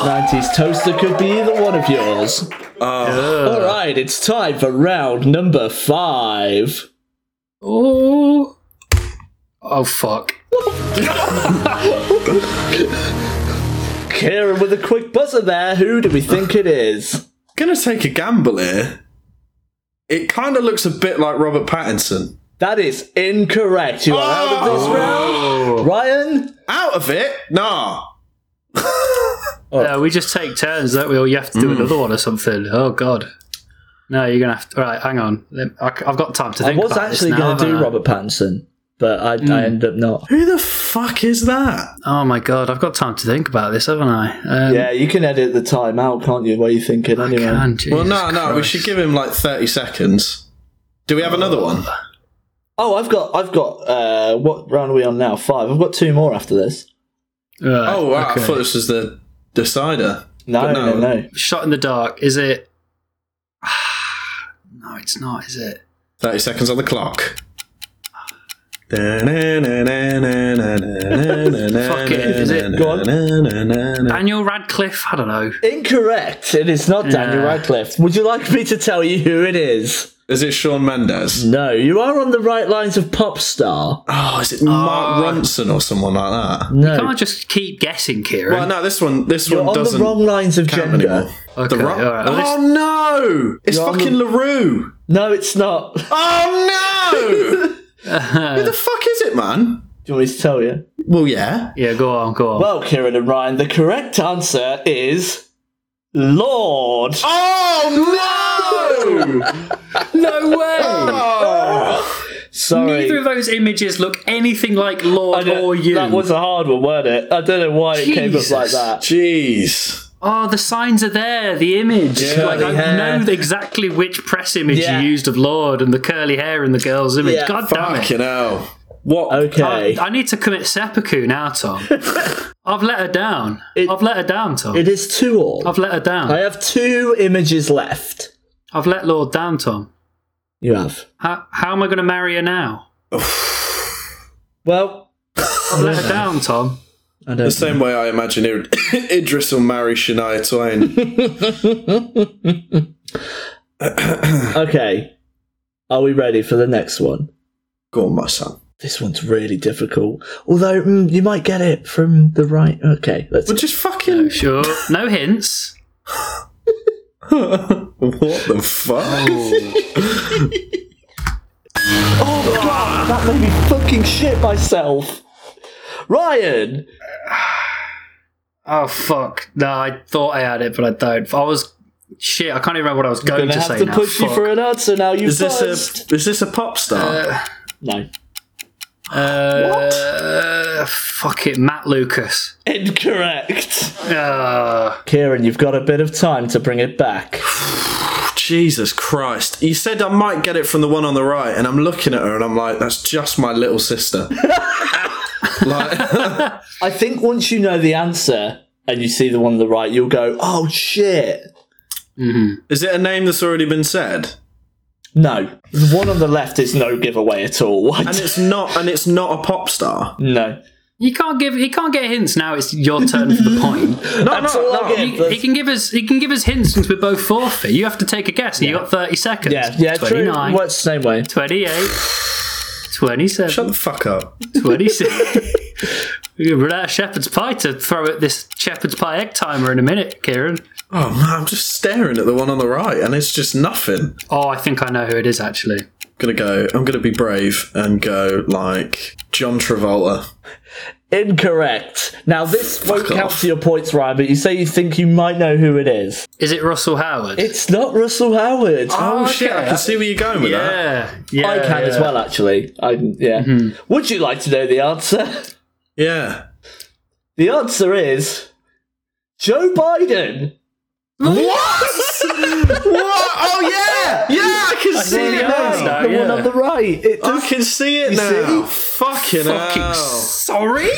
Speaker 5: That 90s toaster could be either one of yours. All right, it's time for round number five.
Speaker 3: Oh, Oh fuck!
Speaker 5: Kieran with a quick buzzer there. Who do we think it is?
Speaker 4: Gonna take a gamble here. It kind of looks a bit like Robert Pattinson.
Speaker 5: That is incorrect. You are out of this round. Ryan?
Speaker 4: Out of it? Nah.
Speaker 5: Oh.
Speaker 3: No, Uh, we just take turns, don't we? Or you have to
Speaker 5: Mm.
Speaker 3: do another one or something. Oh god! No, you're gonna have to. All right, hang on. Let- I, have got time to
Speaker 5: I
Speaker 3: think.
Speaker 5: was
Speaker 3: about
Speaker 5: actually
Speaker 3: this now,
Speaker 5: going to do
Speaker 3: haven't I?
Speaker 5: Robert Pattinson, but I,
Speaker 3: Hmm.
Speaker 5: I ended up not.
Speaker 4: Who the fuck is that?
Speaker 3: Oh my god! I've got time to think about this, haven't I? Um,
Speaker 5: Yeah, you can edit the time out, can't you? What are you thinking
Speaker 3: I
Speaker 5: anyway?
Speaker 3: can.
Speaker 4: Well,
Speaker 3: Jesus
Speaker 4: no, no. We
Speaker 3: Christ.
Speaker 4: should give him like thirty seconds. Do we have another one?
Speaker 5: Oh, I've got, I've got. Uh, what round are we on now? Five. I've got two more after this.
Speaker 3: Right,
Speaker 4: Oh wow!
Speaker 3: okay.
Speaker 4: I thought this was the decider.
Speaker 5: No,
Speaker 4: But
Speaker 5: no,
Speaker 4: no.
Speaker 5: no.
Speaker 3: Shot in the dark. Is it? no, it's not. Is it?
Speaker 4: Thirty seconds on the clock. Fuck
Speaker 3: it, is it?
Speaker 5: Go on.
Speaker 3: Daniel Radcliffe. I don't know.
Speaker 5: Incorrect. It is not Daniel
Speaker 3: Yeah.
Speaker 5: Radcliffe. Would you like me to tell you who it is?
Speaker 4: Is it Sean Mendes?
Speaker 5: No, you are on the right lines of pop star.
Speaker 4: Oh, is it Mark Ronson or someone like that?
Speaker 5: No,
Speaker 3: Can't just keep guessing, Kieran.
Speaker 4: Well, no, this one, this
Speaker 5: you're
Speaker 4: one
Speaker 5: on the
Speaker 4: doesn't
Speaker 5: wrong lines of
Speaker 4: count
Speaker 5: gender.
Speaker 4: anymore.
Speaker 3: Okay,
Speaker 4: the rock.
Speaker 3: all right, well, this-
Speaker 4: oh no! It's
Speaker 5: You're on
Speaker 4: fucking Larue.
Speaker 5: No, it's not. Do
Speaker 4: Oh no! Who the fuck is it, man?
Speaker 5: you want me to tell you?
Speaker 4: Well, yeah.
Speaker 3: yeah, go on, go on.
Speaker 5: Well, Kieran and Ryan, the correct answer is Lord.
Speaker 4: Oh no! Oh.
Speaker 3: no way.
Speaker 5: Sorry.
Speaker 3: Neither of those images look anything like
Speaker 5: I
Speaker 3: Lord
Speaker 5: don't-
Speaker 3: or you.
Speaker 5: That was a hard one, weren't it? I don't know why it came up like
Speaker 3: Jesus.
Speaker 5: that.
Speaker 4: Jeez.
Speaker 3: oh, the signs are there. The image.
Speaker 4: Yeah.
Speaker 3: like I
Speaker 5: Curly hair.
Speaker 3: know exactly which press image
Speaker 5: Yeah.
Speaker 3: you used of Lord and the curly hair in the girl's image.
Speaker 5: Yeah,
Speaker 3: God damn it.
Speaker 4: Fucking hell. What?
Speaker 5: Okay.
Speaker 3: I need to commit seppuku now, Tom. I've let her down.
Speaker 5: It-
Speaker 3: I've let her down, Tom.
Speaker 5: it is two all.
Speaker 3: I've let her down.
Speaker 5: I have two images left.
Speaker 3: I've let Lord down, Tom.
Speaker 5: You have.
Speaker 3: How, how am I going to marry her now?
Speaker 5: Well,
Speaker 3: I've let her down, Tom.
Speaker 5: I don't.
Speaker 4: The same way I imagine Id- Idris will marry Shania Twain.
Speaker 5: Okay. Are we ready for the next one?
Speaker 4: Go on, my son.
Speaker 5: This one's really difficult. Although mm, you might get it from the right. Okay, let's.
Speaker 4: But just fucking.
Speaker 3: Sure. No hints.
Speaker 4: What the fuck?
Speaker 3: Oh.
Speaker 5: That made me fucking shit myself. Ryan,
Speaker 3: Oh fuck! No, I thought I had it, but I don't. I was shit. I can't even remember what I was going
Speaker 5: gonna
Speaker 3: to
Speaker 5: have
Speaker 3: say
Speaker 5: to
Speaker 3: now.
Speaker 5: push you
Speaker 3: Fuck.
Speaker 5: for an answer now. You
Speaker 4: Is this
Speaker 5: buzzed.
Speaker 4: a is this a pop star?
Speaker 5: No,
Speaker 3: Uh, Fuck it, Matt Lucas.
Speaker 5: incorrect.
Speaker 3: Uh,
Speaker 5: Kieran, you've got a bit of time to bring it back.
Speaker 4: Jesus Christ! You said I might get it from the one on the right, and I'm looking at her, and I'm like, "That's just my little sister." like,
Speaker 5: I think once you know the answer and you see the one on the right, you'll go, "Oh shit."
Speaker 4: is it a name that's already been said?
Speaker 5: No, the one on the left is no giveaway at all. I
Speaker 4: And
Speaker 5: don't-
Speaker 4: it's not. And it's not a pop star.
Speaker 5: no,
Speaker 3: you can't give. He can't get hints now. It's your turn for the point.
Speaker 4: No,
Speaker 5: That's
Speaker 4: no,
Speaker 5: all I
Speaker 4: no.
Speaker 5: get.
Speaker 3: He, he can give us. He can give us hints since we're both forfeit. You have to take a guess. and You got thirty seconds.
Speaker 5: yeah, yeah, true.
Speaker 3: 29,
Speaker 5: What's the same way?
Speaker 3: 28,
Speaker 4: Shut
Speaker 3: 27,
Speaker 4: the fuck up.
Speaker 3: 26. We're gonna run out of shepherd's pie to throw at this shepherd's pie egg timer in a minute, Kieran.
Speaker 4: Oh man, I'm just staring at the one on the right, and it's just nothing.
Speaker 3: Oh, I think I know who it is actually.
Speaker 4: gonna go. I'm gonna be brave and go like John Travolta.
Speaker 5: Incorrect. Now this won't count
Speaker 4: off.
Speaker 5: to your points, Ryan, but you say you think you might know who it is.
Speaker 3: Is it Russell Howard?
Speaker 5: It's not Russell Howard.
Speaker 4: Oh,
Speaker 3: okay.
Speaker 4: shit! I can see where you're going with that.
Speaker 3: yeah, Ah, yeah.
Speaker 5: I can as
Speaker 3: yeah.
Speaker 5: well, actually. I yeah. Would you like to know the answer?
Speaker 4: Yeah.
Speaker 5: The answer is Joe Biden.
Speaker 4: What? what? Oh yeah, yeah! I can see
Speaker 3: see
Speaker 4: it
Speaker 3: the
Speaker 4: now.
Speaker 3: answer.
Speaker 5: the
Speaker 3: yeah. Ah.
Speaker 5: one on the right. It
Speaker 4: I
Speaker 5: does.
Speaker 4: can see it now. Fucking
Speaker 3: Fucking
Speaker 4: hell!
Speaker 3: sorry.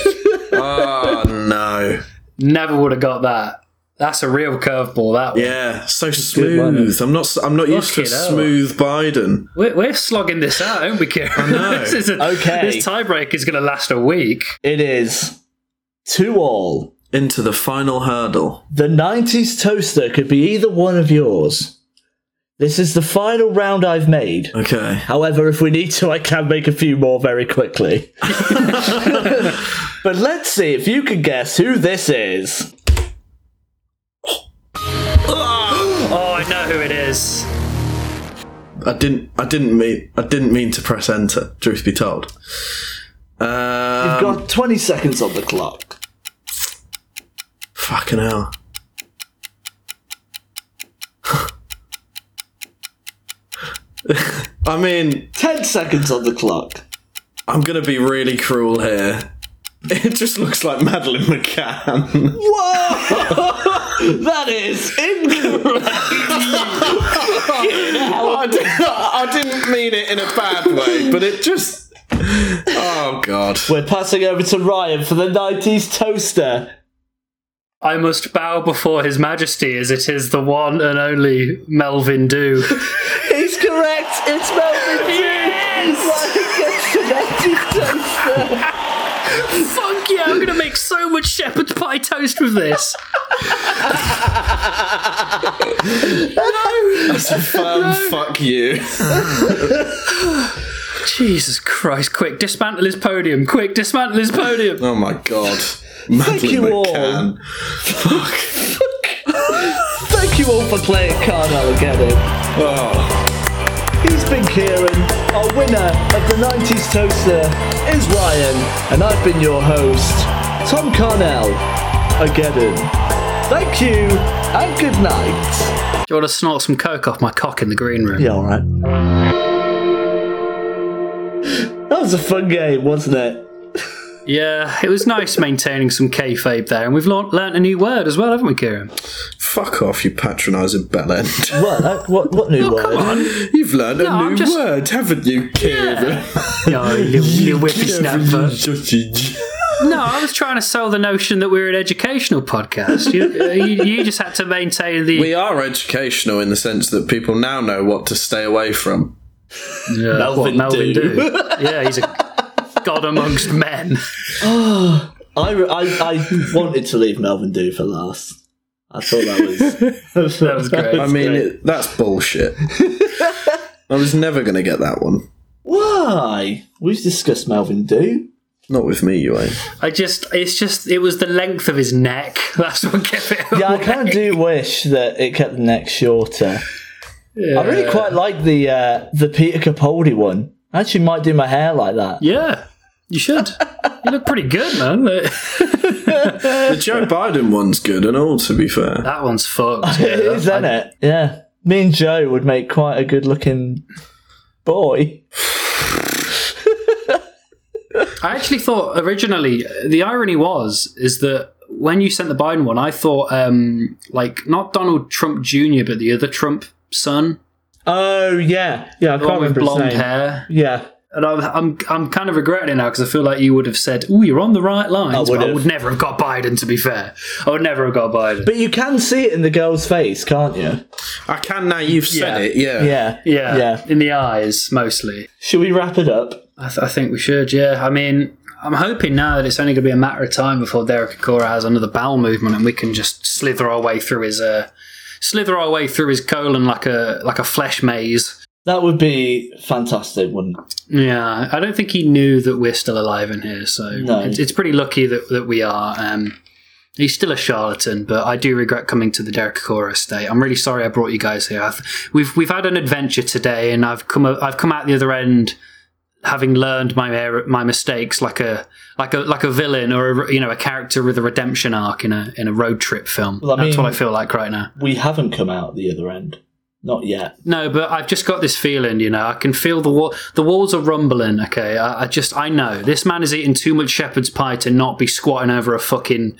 Speaker 4: Oh no!
Speaker 3: Never would have got that. That's a real curveball. That one.
Speaker 4: Yeah, so
Speaker 5: one,
Speaker 4: smooth. I'm not. I'm not used to
Speaker 3: Fucking hell.
Speaker 4: smooth Biden.
Speaker 3: We're, we're slogging this out, aren't we, Kieran?
Speaker 4: know.
Speaker 3: this is a,
Speaker 5: Okay.
Speaker 3: This tiebreak is going to last a week.
Speaker 5: It is two all.
Speaker 4: Into the final hurdle.
Speaker 5: The '90s toaster could be either one of yours. This is the final round I've made.
Speaker 4: Okay.
Speaker 5: However, if we need to, I can make a few more very quickly. but let's see if you can guess who this is.
Speaker 3: Oh, I know who it is.
Speaker 4: I didn't. I didn't mean. I didn't mean to press enter. Truth be told. Uh,
Speaker 5: You've got 20 seconds on the clock.
Speaker 4: fucking hell. I mean,
Speaker 5: 10 seconds on the clock.
Speaker 4: I'm gonna be really cruel here. It just looks like Madeline McCann.
Speaker 5: Whoa! that is incorrect.
Speaker 4: I, did, I didn't mean it in a bad way, but it just. Oh god.
Speaker 5: We're passing over to Ryan for the 90s toaster.
Speaker 3: I must bow before His Majesty as it is the one and only Melvin Dew.
Speaker 5: He's correct. It's Melvin Hughes. Yes! Ryan gets the 90s toaster.
Speaker 3: Fuck yeah, I'm gonna make so much shepherd's pie toast with this.
Speaker 4: Firm Um, fuck you.
Speaker 3: Jesus Christ, quick, dismantle his podium, quick, dismantle his podium.
Speaker 4: Oh my god. Madeline
Speaker 5: you all.
Speaker 4: McCann.
Speaker 5: Thank you all for playing Card Armageddon.
Speaker 4: Oh,
Speaker 5: He's been Kieran. Our winner of the 90s Toaster is Ryan. And I've been your host, Tom Carnell. Armageddon. Thank you and good night.
Speaker 3: Do you wanna snort some coke off my cock in the green room?
Speaker 5: Yeah, alright. That was a fun game, wasn't it?
Speaker 3: Yeah, it was nice maintaining some kayfabe there, and we've learnt learnt a new word as well, haven't we, Kieran?
Speaker 4: fuck off, you patronising bellend.
Speaker 5: What? that- what, what new word?
Speaker 4: You've learned a
Speaker 3: No, I'm
Speaker 4: new
Speaker 3: just-
Speaker 4: word, haven't you, Kieran?
Speaker 3: No, you, you whippy snapper.
Speaker 4: Snapper.
Speaker 3: No, I was trying to sell the notion that we're an educational podcast. You, uh, you, you just had to maintain the.
Speaker 4: We are educational in the sense that people now know what to stay away from.
Speaker 3: Yeah,
Speaker 5: Melvin Dew.
Speaker 3: yeah, he's a god amongst men.
Speaker 5: I, re- I, I wanted to leave Melvin Dew for last. I thought that was. that was
Speaker 3: great.
Speaker 4: I mean, it, that's bullshit. I was never going to get that one.
Speaker 5: Why? We've discussed Melvin Dew.
Speaker 4: Not with me, you ain't.
Speaker 3: I just, it's just, it was the length of his neck. That's what kept it.
Speaker 5: Yeah, I
Speaker 3: away.
Speaker 5: kind of do wish that it kept the neck shorter. I really quite like the uh, the Peter Capaldi one. I actually might do my hair like that.
Speaker 3: Yeah, you should. You look pretty good, man.
Speaker 4: The Joe Biden one's good and all, to be fair.
Speaker 3: That one's fucked.
Speaker 5: it is, isn't it? Yeah. Me and Joe would make quite a good looking boy.
Speaker 3: I actually thought originally the irony was is that when you sent the Biden one, I thought um like not Donald Trump Jr. but the other Trump son,
Speaker 5: Oh yeah, yeah. I
Speaker 3: the
Speaker 5: can't
Speaker 3: one with
Speaker 5: remember
Speaker 3: blonde
Speaker 5: his name.
Speaker 3: hair.
Speaker 5: Yeah.
Speaker 3: And I'm, I'm I'm kind of regretting it now because I feel like you would have said, "Oh, you're on the right lines."
Speaker 5: I would
Speaker 3: but I
Speaker 5: have.
Speaker 3: would never have got Biden. To be fair, I would never have got Biden.
Speaker 5: But you can see it in the girl's face, can't you?
Speaker 4: I can now, you've
Speaker 3: Yeah.
Speaker 4: said it, yeah.
Speaker 5: Yeah.
Speaker 3: yeah,
Speaker 5: Yeah.
Speaker 3: in the eyes mostly.
Speaker 5: Should we wrap it up?
Speaker 3: I, th- I think we should. Yeah, I mean, I'm hoping now that it's only going to be a matter of time before Derek Akora has another bowel movement, and we can just slither our way through his uh, slither our way through his colon like a like a flesh maze.
Speaker 5: That would be fantastic, wouldn't it?
Speaker 3: Yeah, I don't think he knew that we're still alive in here, so
Speaker 5: No.
Speaker 3: it's, it's pretty lucky that that we are. Um, he's still a charlatan, but I do regret coming to the Derek Akora estate. I'm really sorry I brought you guys here. I've, we've we've had an adventure today, and I've come I've come out the other end having learned my er- my mistakes like a like a like a villain or a, you know a character with a redemption arc in a in a road trip film.
Speaker 5: Well, I
Speaker 3: That's
Speaker 5: mean-
Speaker 3: what I feel like right now.
Speaker 5: We haven't come out the other end. Not yet.
Speaker 3: No, but I've just got this feeling, you know. I can feel the wall. The walls are rumbling. Okay, I, I just I know this man is eating too much shepherd's pie to not be squatting over a fucking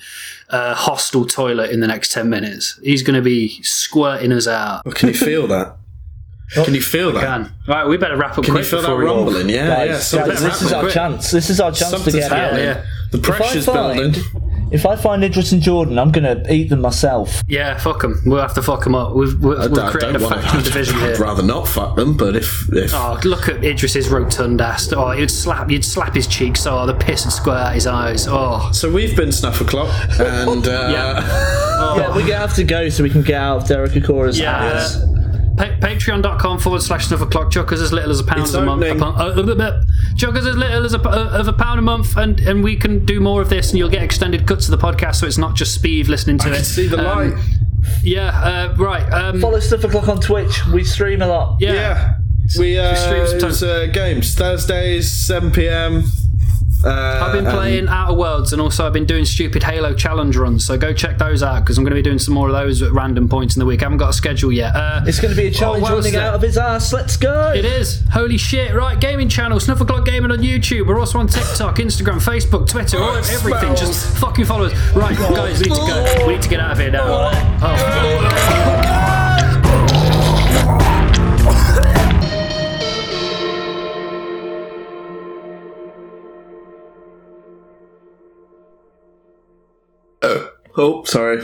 Speaker 3: uh, hostel toilet in the next ten minutes. He's going to be squirting us out.
Speaker 4: Can you feel that?
Speaker 5: Oh,
Speaker 4: Can you feel that?
Speaker 3: Man. Right, we better wrap up
Speaker 4: Can you
Speaker 3: quick
Speaker 4: feel that
Speaker 3: before we
Speaker 4: rumbling? Yeah,
Speaker 5: Guys,
Speaker 4: yeah.
Speaker 5: guys,
Speaker 4: something's
Speaker 5: this is
Speaker 4: happening.
Speaker 5: our chance. This is our chance to
Speaker 4: Something's
Speaker 5: get out.
Speaker 4: happening.
Speaker 3: Yeah.
Speaker 4: The pressure's
Speaker 5: find-
Speaker 4: building.
Speaker 5: If I find Idris and Jordan, I'm gonna eat them myself.
Speaker 3: Yeah, fuck them. We'll have to fuck them up. We've, we've,
Speaker 4: I
Speaker 3: we've
Speaker 4: don't- I
Speaker 3: created a
Speaker 4: don't wanna-
Speaker 3: factional
Speaker 4: I'd-
Speaker 3: division here.
Speaker 4: I'd rather not fuck them, but if if
Speaker 3: Oh, look at Idris's rotund ass. Oh, you'd slap, you'd slap his cheeks. Oh, the piss would squirt out his eyes. Oh,
Speaker 4: so, we've been snuff o'clock, and uh,
Speaker 3: yeah.
Speaker 5: Yeah, we're gonna have to go so we can get out of Derek Akora's
Speaker 3: Yeah.
Speaker 5: house.
Speaker 3: Pa- Patreon.com forward slash snuff o'clock. Chuckers as little as a pound
Speaker 4: It's
Speaker 3: a month.
Speaker 4: opening.
Speaker 3: A pon- uh, uh, uh, chuckers as little as a, p- uh, of a pound a month, and, and we can do more of this, and you'll get extended cuts of the podcast, so it's not just Steve listening to
Speaker 4: I
Speaker 3: it.
Speaker 4: can see the
Speaker 3: Um,
Speaker 4: light.
Speaker 3: Yeah, uh, right. Um,
Speaker 5: Follow Stuff O'Clock on Twitch. We stream a lot.
Speaker 3: yeah.
Speaker 4: Yeah. We uh,
Speaker 3: stream
Speaker 4: stream
Speaker 3: sometimes.
Speaker 4: uh, games Thursdays, 7 p.m. Uh,
Speaker 3: I've
Speaker 5: Um,
Speaker 3: been
Speaker 4: and-
Speaker 3: playing Outer Worlds and also I've been doing stupid Halo challenge runs, so go check those out because I'm going to be doing some more of those at random points in the week. I haven't got a schedule yet. Uh,
Speaker 5: It's going to be a challenge
Speaker 3: what else
Speaker 5: running
Speaker 3: is there?
Speaker 5: out of his ass. Let's go.
Speaker 3: It is. Holy shit. Right, gaming channel, Snuffle Clock Gaming on YouTube. We're also on TikTok, Instagram, Facebook, Twitter, all
Speaker 4: it
Speaker 3: everything.
Speaker 4: smells.
Speaker 3: Just fucking follow us. Right, guys, Oh, we need to go. We need to get out of here now. Oh.
Speaker 4: Oh, sorry.